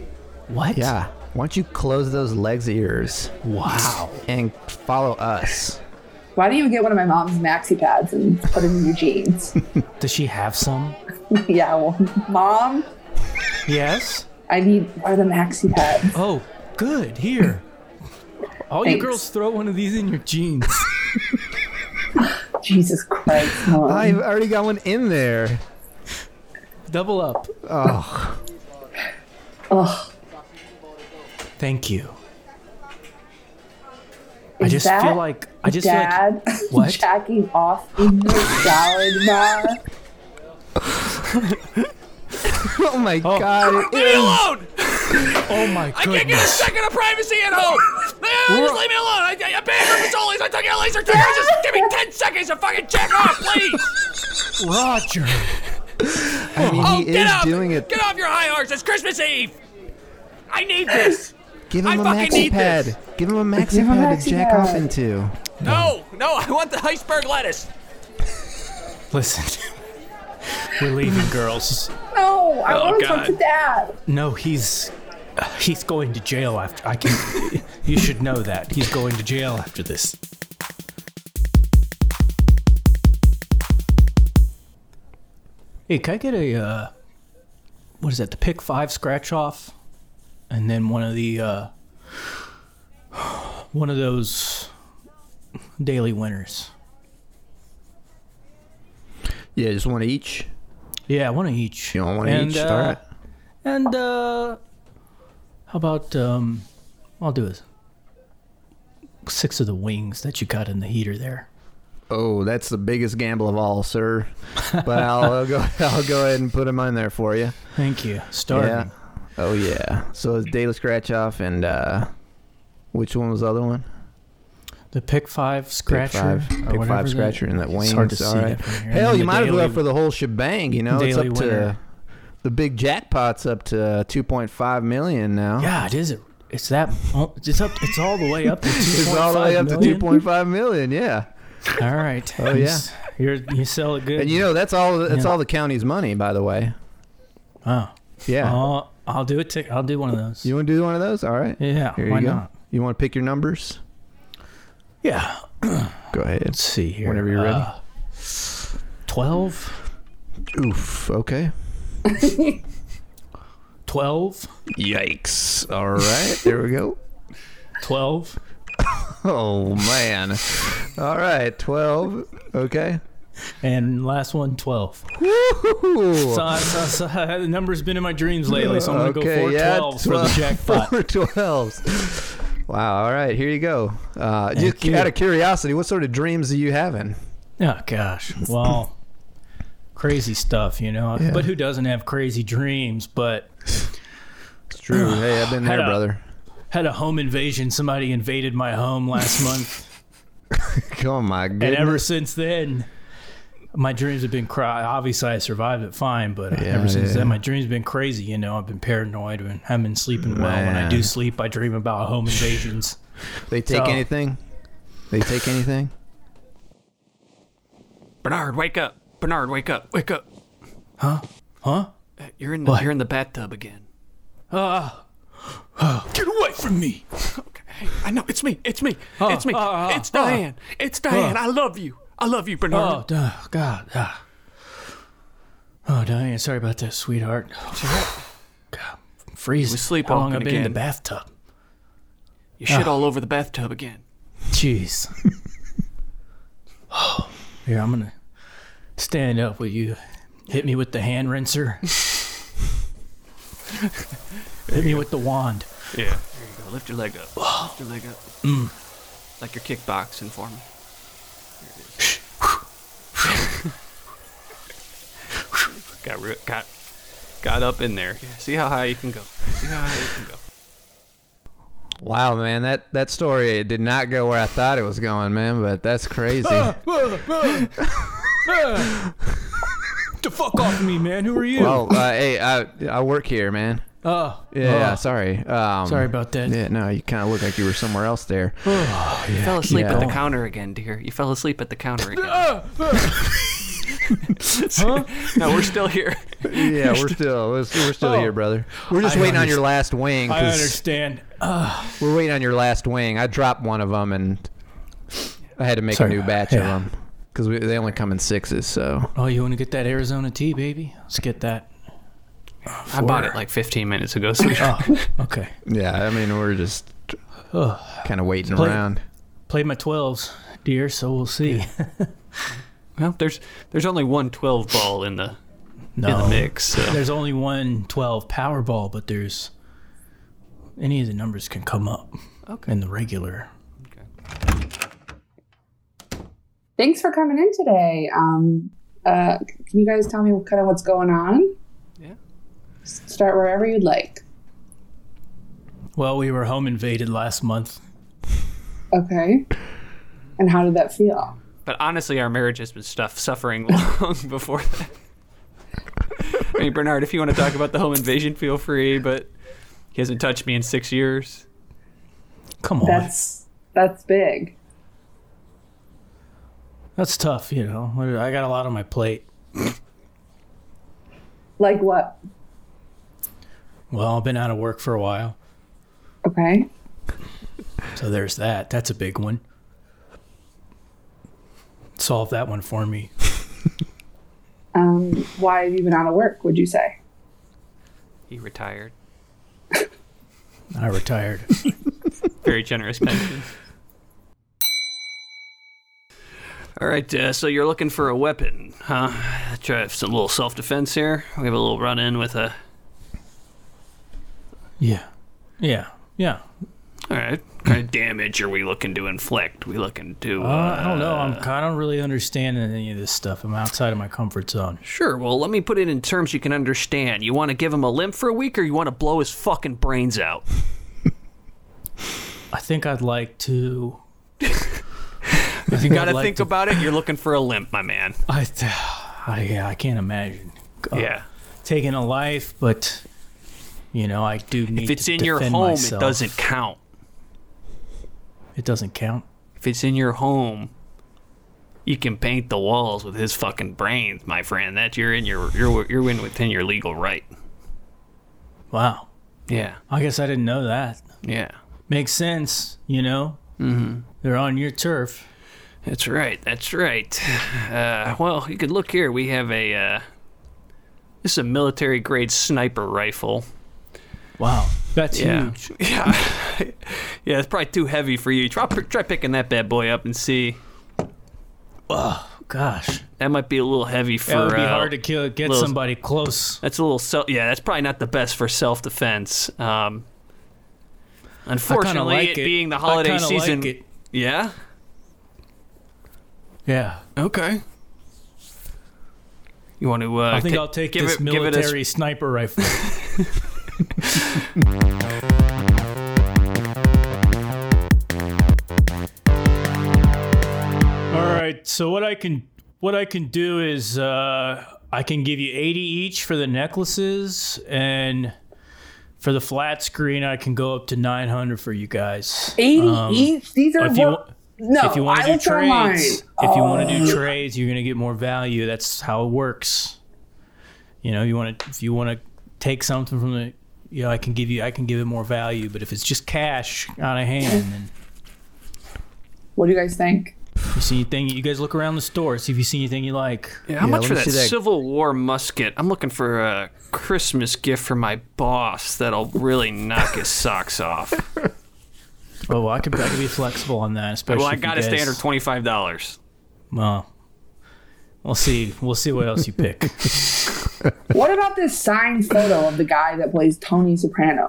S4: What?
S6: Yeah. Why don't you close those legs of yours
S4: Wow.
S6: and follow us?
S5: Why don't you get one of my mom's maxi pads and put it in your jeans?
S4: Does she have some?
S5: yeah. Well, mom,
S4: Yes.
S5: I need are the maxi pads.
S4: Oh, good. Here. All you
S5: Thanks.
S4: girls throw one of these in your jeans.
S5: Jesus Christ, mom.
S6: I've already got one in there. Oh.
S4: Double up.
S5: Ugh,
S4: Thank you. I
S5: Is
S4: just
S5: that
S4: feel like I just feel like
S5: Dad,
S4: What?
S5: jacking off in your salad bar.
S6: Oh my god. It
S3: Leave me
S6: is.
S3: alone!
S4: Oh my
S3: I can't get a
S4: goodness.
S3: second of privacy at home! Ah, Just leave me alone! I, I banned her pistoles! I took out laser tag! Just give me 10 seconds to fucking check off, please!
S4: Roger.
S6: I mean,
S3: Oh,
S6: he
S3: get
S6: is
S3: up!
S6: doing it.
S3: Get off your high horse! It's Christmas Eve! I need this!
S6: Give him
S3: I
S6: a
S3: fucking
S6: maxi
S3: need
S6: pad.
S3: this.
S6: Give him a maxi
S5: Give him a
S6: pad
S5: maxi
S6: to jack
S5: pad.
S6: off into.
S3: No! No, I want the iceberg lettuce!
S4: Listen. We're leaving, girls.
S5: No, I
S3: Oh,
S5: want to talk to
S3: God.
S5: Dad.
S4: No, he's he's going to jail after I can you should know that. He's going to jail after this. Hey, can I get a uh what is that? The pick 5 scratch off and then one of the uh one of those daily winners.
S6: Yeah, just one each.
S4: Yeah, one of each.
S6: You want one
S4: And,
S6: each?
S4: uh,
S6: All right.
S4: And uh how about um I'll do it. Six of the wings that you got in the heater there.
S6: Oh, that's the biggest gamble of all, sir. But I'll, I'll go. I'll go ahead and put him on there for you.
S4: Thank you. Starving.
S6: Yeah. Oh yeah. So it's Daily Scratch Off and uh, which one was the other one?
S4: The pick five
S6: Pick
S4: scratcher.
S6: five,
S4: or
S6: pick
S4: whatever
S6: five
S4: that-
S6: scratcher, and that
S4: It's
S6: wings.
S4: hard to
S6: all
S4: see
S6: right.
S4: that from here. And
S6: Hell,
S4: then
S6: you
S4: the
S6: might as well
S4: daily-
S6: for the whole shebang. You know, it's
S4: daily
S6: up
S4: winner.
S6: to the big jackpot's up to 2.5 million now.
S4: Yeah, it is. It's that. oh, It's up. It's all the way up to two point five
S6: It's all the way up to 2.5 million. Yeah,
S4: All right. Oh
S6: yeah.
S4: You're you sell it good.
S6: and you know that's all. That's
S4: Yeah.
S6: all the county's money, by the way.
S4: oh,
S6: Yeah.
S4: I'll, I'll do it. To, I'll do one of those.
S6: You want to do one of those? All right.
S4: yeah.
S6: Here
S4: why
S6: you go.
S4: not?
S6: You want to pick your numbers?
S4: Yeah.
S6: Go ahead.
S4: Let's see here.
S6: Whenever you're ready.
S4: Uh, Twelve.
S6: Oof. Okay.
S4: 12
S6: Yikes. All right. There we go.
S4: 12
S6: Oh man. All right. 12. Okay.
S4: and last one 12
S6: Woo-hoo.
S4: so, I- so- so- the number's been in my dreams lately so i'm gonna
S6: Okay,
S4: go four
S6: yeah,
S4: 12s for the
S6: 12
S4: jackpot
S6: Four 12s. Wow. All right. Here you go. Uh, just
S4: you.
S6: out of curiosity, what sort of dreams are you having?
S4: oh gosh well crazy stuff you know
S6: Yeah.
S4: but who doesn't have crazy dreams but
S6: It's true. hey, I've been
S4: Had
S6: there,
S4: a-
S6: brother.
S4: had a home invasion. Somebody invaded my home last month,
S6: Oh my goodness.
S4: and ever since then, my dreams have been cry. Obviously, I survived it fine, but uh,
S6: Yeah,
S4: ever since
S6: yeah.
S4: then, my dreams have been crazy. You know, I've been paranoid and haven't been sleeping well. When I
S6: Man.
S4: do sleep, I dream about home invasions.
S6: they take
S4: So-
S6: anything? They take anything?
S3: Bernard, wake up! Bernard, wake up! Wake up! Uh,
S4: Huh?
S3: You're in the
S4: What?
S3: you're in the bathtub again.
S4: Ah.
S3: Get away
S4: from me.
S3: Okay. I know it's me. It's me.
S4: Oh,
S3: it's me.
S4: oh, oh,
S3: it's
S4: oh.
S3: Diane. it's Diane.
S4: Oh.
S3: I love you. I love you,
S4: Oh,
S3: Bernard.
S4: duh, God. ah. Oh, Diane, sorry about that, sweetheart. God, I'm freezing.
S3: We're sleepwalking
S4: How long have I been in the
S3: again.
S4: bathtub?
S3: you shit
S4: ah.
S3: all over the bathtub again.
S4: Jeez. Oh, Here, I'm gonna stand up. Will you hit me with the hand rinser? hit me with the wand.
S3: Yeah. There you go. Lift your leg up. Lift your leg up.
S6: Mm.
S3: Like you're kickboxing for me. There it is. got ri- got got up in there. Yeah, see how high you can go. See how high you can go.
S6: Wow, man, that that story did not go where I thought it was going, man. But that's crazy.
S4: The fuck off me, man. Who are you?
S6: well, uh, hey, I I work here, man.
S4: oh,
S6: Yeah,
S4: oh,
S6: sorry. Um,
S4: sorry about that.
S6: Yeah, no, you kind of look like you were somewhere else there.
S3: You fell asleep at the
S6: Yeah.
S3: counter again, dear. You fell asleep at the counter again. no, we're still here.
S6: yeah, we're still we're still we're still
S4: Oh.
S6: here, brother. We're just
S4: I
S6: waiting on
S4: underst-
S6: your last wing.
S4: I
S6: 'cause
S4: understand.
S6: We're waiting on your last wing. I dropped one of them, and I had to make
S4: Sorry.
S6: a new batch
S4: Yeah.
S6: of them because they only come in sixes. So
S4: Oh, you want to get that Arizona tea, baby? Let's get that.
S3: I bought it like 15 minutes ago. So
S4: Oh, okay.
S6: yeah, I mean we're just
S4: Ugh.
S6: kind of waiting
S4: Play-
S6: around.
S4: Played my 12s, dear, so we'll see.
S3: well, there's there's only one 12 ball in the
S4: no.
S3: in the mix. So.
S4: There's only one 12 Powerball, but there's any of the numbers can come up
S3: Okay.
S4: in the regular.
S5: Thanks for coming in today. Um, uh, can you guys tell me kind of what's going on?
S3: Yeah.
S5: S- Start wherever you'd like.
S4: Well, we were home invaded last month.
S5: Okay. And how did that feel?
S3: But honestly, our marriage has been stuff suffering long before that. I mean, Bernard, if you want to talk about the home invasion, feel free. But he hasn't touched me in six years.
S4: Come on. That's,
S5: That's that's big.
S4: tough, you know. I got a lot on my plate.
S5: Like what?
S4: Well, I've been out of work for a while,
S5: Okay.
S4: so there's that. That's a big one. Solve that one for me.
S5: Um, why have you been out of work? Would you say?
S3: He retired.
S4: I retired.
S3: Very generous pension. All right, uh, so you're looking for a weapon, huh? Try some little self defense here. We have a little run in with a.
S4: yeah. Yeah. Yeah.
S3: All right, what kind of damage are we looking to inflict? We looking to? Uh,
S4: Uh, I don't know. I'm kind of really understanding any of this stuff. I'm outside of my comfort zone.
S3: Sure, well, let me put it in terms you can understand. You want to give him a limp for a week or you want to blow his fucking brains out?
S4: I think I'd like to. I
S3: You got
S4: I'd
S3: to
S4: like Uh,
S3: think about it. You're looking for a limp, my man.
S4: I, th- I, yeah, I can't imagine uh,
S3: yeah.
S4: taking a life, but you know, I do need.
S3: If it's
S4: to
S3: in your
S4: defend
S3: home,
S4: myself.
S3: it doesn't count.
S4: It doesn't count.
S3: If it's in your home, you can paint the walls with his fucking brains, my friend. That you're in your you're you're in within your legal right.
S4: Wow.
S3: Yeah.
S4: I guess I didn't know that.
S3: Yeah.
S4: Makes sense. You know, mm-hmm. they're on your turf.
S3: That's right. That's right. Uh, well, you could look here. We have a uh, this is a military grade sniper rifle.
S4: Wow, that's
S3: Yeah.
S4: huge.
S3: Yeah. yeah, it's probably too heavy for you. Try, try picking that bad boy up and see.
S4: Gosh,
S3: That might be a little heavy for.
S4: that would be
S3: uh,
S4: hard to kill. Get
S3: little-
S4: somebody close.
S3: That's a little. Self, yeah, that's probably not the best for self defense. Um, unfortunately,
S4: like
S3: it,
S4: it.
S3: being the
S4: I
S3: holiday
S4: kinda like
S3: season.
S4: it.
S3: Yeah.
S4: Yeah,
S3: Okay. You want to? Uh,
S4: I think
S3: ta-
S4: I'll take
S3: give
S4: this
S3: it, give it a s-
S4: military sniper rifle. So what I can what I can do is uh, I can give you eighty each for the necklaces, and for the flat screen I can go up to nine hundred for you guys.
S8: 80
S4: Um,
S8: each? These are
S4: if you
S8: what?
S4: wa-
S8: no,
S4: if you want
S8: I
S4: to do
S8: looked online.
S4: trades, if you want to do
S8: Oh.
S4: trades, you're gonna get more value. That's how it works. You know, you want to if you want to take something from the, you know, I can give you, I can give it more value. But if it's just cash out of hand, then
S5: What do you guys think?
S4: you see anything, you guys look around the store, see if you see anything you like.
S3: Yeah, how
S6: Yeah,
S3: much
S6: let
S3: for
S6: me
S3: that,
S6: see that.
S3: Civil War musket? I'm looking for a Christmas gift for my boss that'll really knock his socks off.
S4: Oh, well, I could, I could be flexible on that, especially.
S3: Well, I
S4: if you
S3: got a
S4: guys-
S3: standard twenty-five dollars.
S4: Well, we'll see. We'll see what else you pick.
S5: What about this signed photo of the guy that plays Tony Soprano?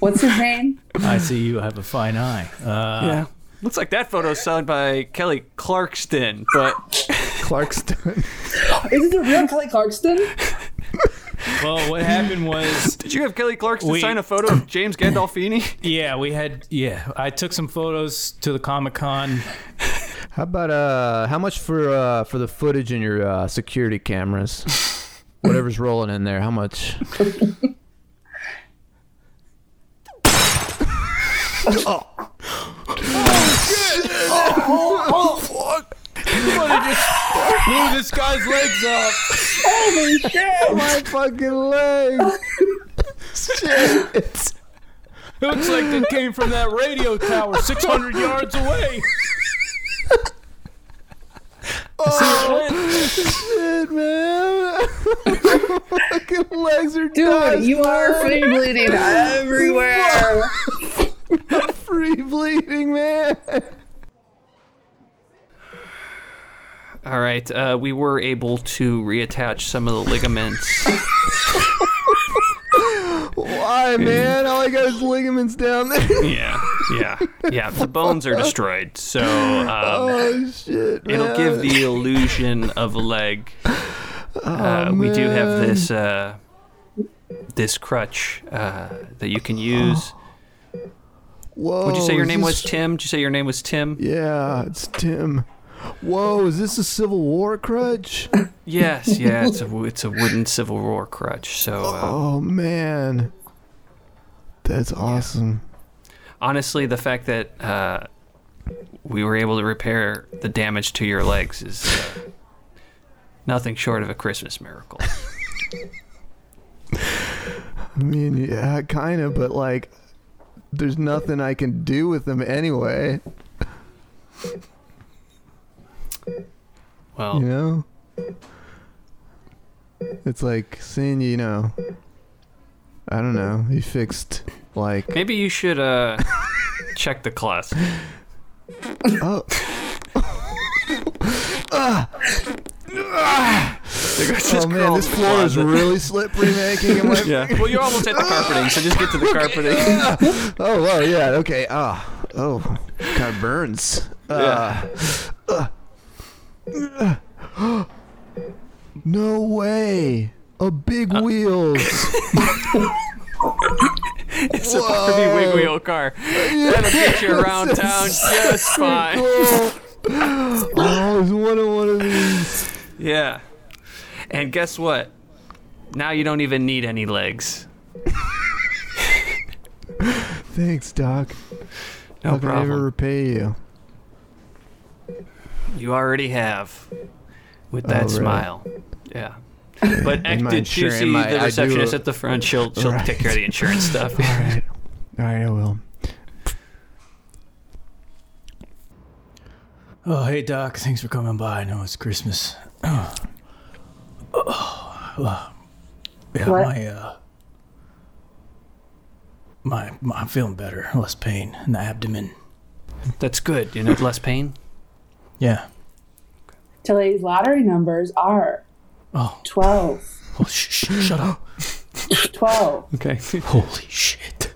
S5: What's his name?
S4: I see you have a fine eye. Uh,
S3: Yeah. Looks like that photo is signed by Kelly Clarkston, but
S6: Clarkston.
S5: Is it the real Kelly Clarkson?
S4: Well, Oh, what happened was,
S3: did you have Kelly Clarkston
S4: Wait.
S3: sign a photo of James Gandolfini?
S4: yeah, we had, yeah, I took some photos to the Comic Con.
S6: How about uh, how much for uh for the footage in your uh, security cameras? Whatever's rolling in there, how much? Oh.
S5: Oh,
S9: Move this guy's legs up.
S6: My fucking leg! Shit!
S4: It looks like it came from that radio tower 600 yards away.
S6: Shit, man! fucking legs are
S5: Dude, you are free bleeding everywhere.
S6: free bleeding, man.
S3: All right, uh, we were able to reattach some of the ligaments.
S6: Why, man? All I got is ligaments down there.
S3: yeah, yeah, yeah. The bones are destroyed, so um,
S6: oh shit, man!
S3: It'll give the illusion of a leg.
S4: Oh,
S3: uh, we do have this uh, this crutch uh, that you can use.
S6: Whoa,
S3: Would you
S4: Oh,
S3: say your
S6: is
S3: name was
S6: this-
S3: Tim? Did you say your name was Tim?
S6: Yeah, it's Tim. Whoa, is this a Civil War crutch?
S3: Yes, yeah. It's a wo- it's a wooden Civil War crutch. So uh,
S6: Oh man, that's awesome.
S3: honestly, the fact that uh, we were able to repair the damage to your legs is uh, nothing short of a Christmas miracle.
S6: I mean, yeah, kind of, but like, there's nothing I can do with them anyway.
S3: Well,
S6: You know, it's like seeing you know. I don't know. He fixed like
S3: maybe you should uh, check the closet.
S6: oh. Oh man, this floor is really slippery, man. Can you get my-
S3: Yeah. Well, you're almost at the carpeting, so just get to the carpeting.
S6: Oh, oh yeah, okay. Ah, oh, God burns. Uh, uh, no way. A big wheels.
S3: It's a Barbie wig wheel car. That'll get you around town just fine.
S6: oh, I always wanted one of these.
S3: Yeah. And guess what? Now you don't even need any legs.
S6: Thanks, Doc.
S3: No
S6: How can I ever
S3: problem.
S6: repay you?
S3: You already have with that
S6: Oh, right.
S3: smile. Yeah. But Eck
S6: my
S3: did you
S6: insur-
S3: see
S6: in my- I
S3: the
S6: do-
S3: receptionist at the front. She'll she'll
S6: Right.
S3: take care of the insurance stuff.
S6: All right, all right, I will.
S4: Oh, hey, Doc. Thanks for coming by. I know it's Christmas. Oh, yeah,
S5: What?
S4: my, uh, my, my, I'm feeling better. Less pain in the abdomen.
S3: That's good. You know, less pain.
S4: Yeah.
S5: Today's lottery numbers are
S4: Oh,
S5: 12,
S4: oh sh- sh- shut up.
S5: 12,
S3: Okay.
S4: Holy shit.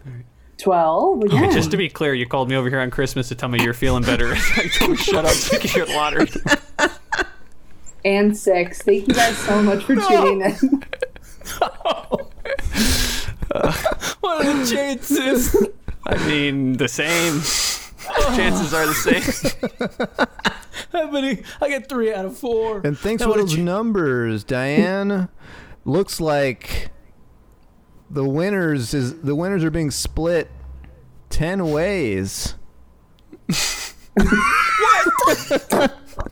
S5: 12. Again.
S3: Oh, Just to be clear, you called me over here on Christmas to tell me you're feeling better. I told you, Shut up, take your lottery.
S5: and six. Thank you guys so much for tuning in.
S3: What are the chances? I mean, the same. Chances are the same.
S4: happening? I get three out of four.
S6: And thanks
S4: Now
S6: for
S4: what
S6: those
S4: did you-
S6: numbers, Diane. Looks like the winners is the winners are being split ten ways. what?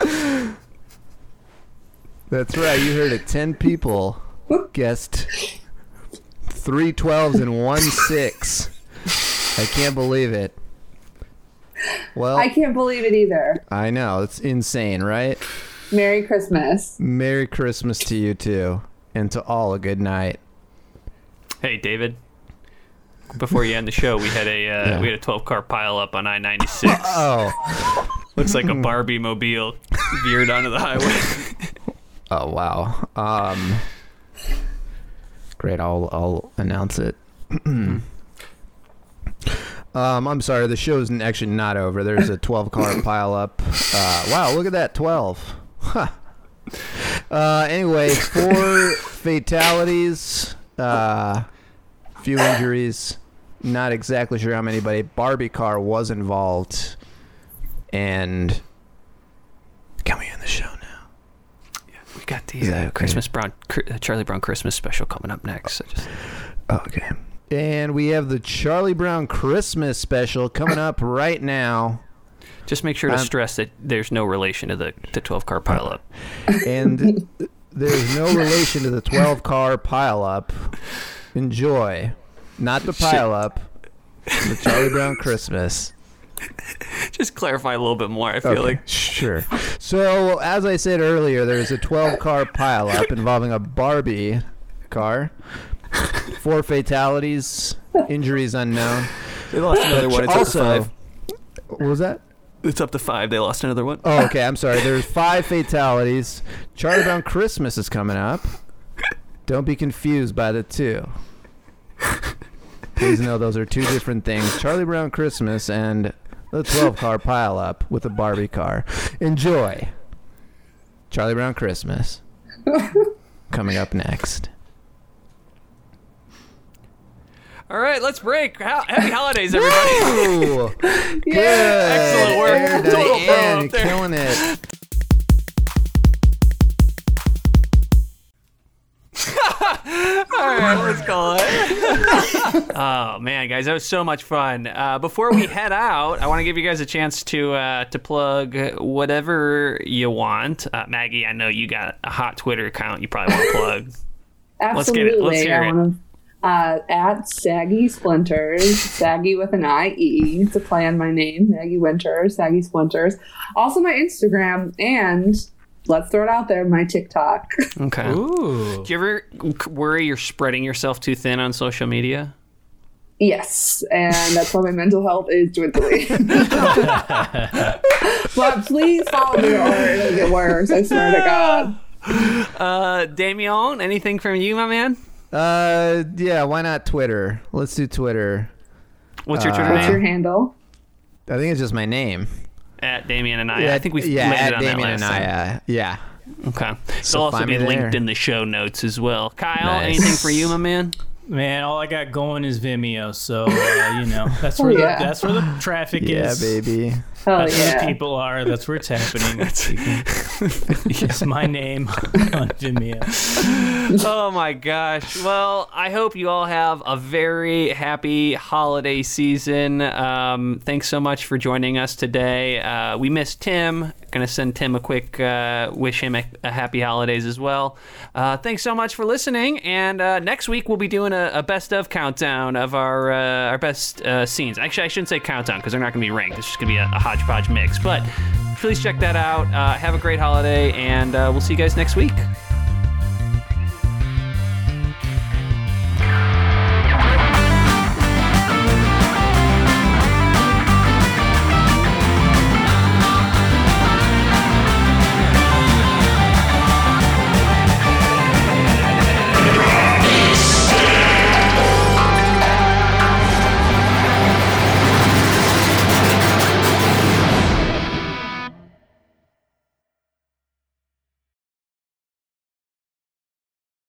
S6: That's right. You heard it. Ten people guessed three twelves and one six. I can't believe it. Well,
S5: I can't believe it either.
S6: I know it's insane, right?
S5: Merry Christmas.
S6: Merry Christmas to you too, and to all a good night.
S3: Hey, David. Before you end the show, we had a uh,
S6: Yeah.
S3: we had a 12 car pile up on I 96.
S6: Oh,
S3: Looks like a Barbie mobile veered onto the highway.
S6: oh wow. Um, great. I'll I'll announce it. um, I'm sorry. The show's n- actually not over. There's a 12 car pile up. Uh, wow, look at that 12. Huh. Uh, anyway, four fatalities. Uh, few injuries. Not exactly sure how many, but a Barbie car was involved. And can we end the show now?
S3: We got the
S6: Is that
S3: uh,
S6: okay?
S3: Christmas Brown Cr- uh, Charlie Brown Christmas special coming up next. So just,
S6: Okay. And we have the Charlie Brown Christmas special coming up right now.
S3: just make sure to
S6: Um,
S3: stress that there's no relation to the to 12 car pile up.
S6: And there's no relation to the 12 car pileup. Enjoy. Not the pileup, the Charlie Brown Christmas.
S3: Just clarify a little bit more. I feel like
S6: sure. So, as I said earlier, there's a 12 car pileup involving a Barbie car. Four fatalities, injuries unknown.
S3: they lost another one. It's
S6: also,
S3: up to five.
S6: what was that?
S3: It's up to five. They lost another one.
S6: Oh, okay. I'm sorry. There's five fatalities. Charlie Brown Christmas is coming up. Don't be confused by the two. Please know those are two different things. Charlie Brown Christmas and the 12 car pileup with a Barbie car. Enjoy. Charlie Brown Christmas coming up next.
S3: All right, let's break. Ho- Happy holidays, everybody.
S6: Ooh, good.
S3: Excellent work.
S6: Air to the
S3: Total pro
S6: end.
S3: up there.
S6: Killing it.
S3: All right, let's call it. oh man, guys, that was so much fun. Uh, before we head out, I want to give you guys a chance to uh, to plug whatever you want. Uh, Maggie, I know you got a hot Twitter account. You probably want to plug. Let's get
S5: Absolutely.
S3: it. Let's hear
S5: I
S3: it.
S5: wanna- uh, at Saggy Splinters, Saggy with an I E to play on my name, Maggie Winter, Saggy Splinters. Also my Instagram and let's throw it out there, my TikTok.
S3: Okay. Do
S4: Ooh.
S3: you ever worry you're spreading yourself too thin on social media?
S5: Yes, and that's why my mental health is dwindling. but please follow me, or it'll get worse. I swear to God.
S3: Uh, Damien, anything from you, my man?
S6: Uh, yeah, why not Twitter? Let's do Twitter.
S3: What's your
S6: Uh,
S3: Twitter
S5: What's your
S3: name?
S5: handle?
S6: I think it's just my name.
S3: At Damien and I. I think we've
S6: yeah,
S3: landed
S6: at
S3: on that
S6: Damien
S3: last
S6: and I, uh, yeah.
S3: time. Okay. It'll
S6: So
S3: also
S6: find
S3: be
S6: me
S3: linked
S6: there.
S3: in the show notes as well. Kyle,
S6: Nice.
S3: anything for you, my man?
S4: Man, all I got going is Vimeo, so uh, you know that's where
S5: Oh, yeah.
S4: the, that's where the traffic
S6: Yeah,
S4: is.
S6: baby.
S5: Hell
S4: That's where the
S5: yeah.
S4: people are. That's where it's happening. It's my name on Vimeo.
S3: oh my gosh. Well, I hope you all have a very happy holiday season. Um, thanks so much for joining us today. Uh, we missed Tim. Gonna send Tim a quick uh, wish him a, a happy holidays as well. Uh, thanks so much for listening. And uh, next week we'll be doing a, a best of countdown of our uh, our best uh, scenes. Actually, I shouldn't say countdown because they're not gonna be ranked. It's just gonna be a, a hodgepodge mix. But please check that out. Uh, have a great holiday, and uh, we'll see you guys next week.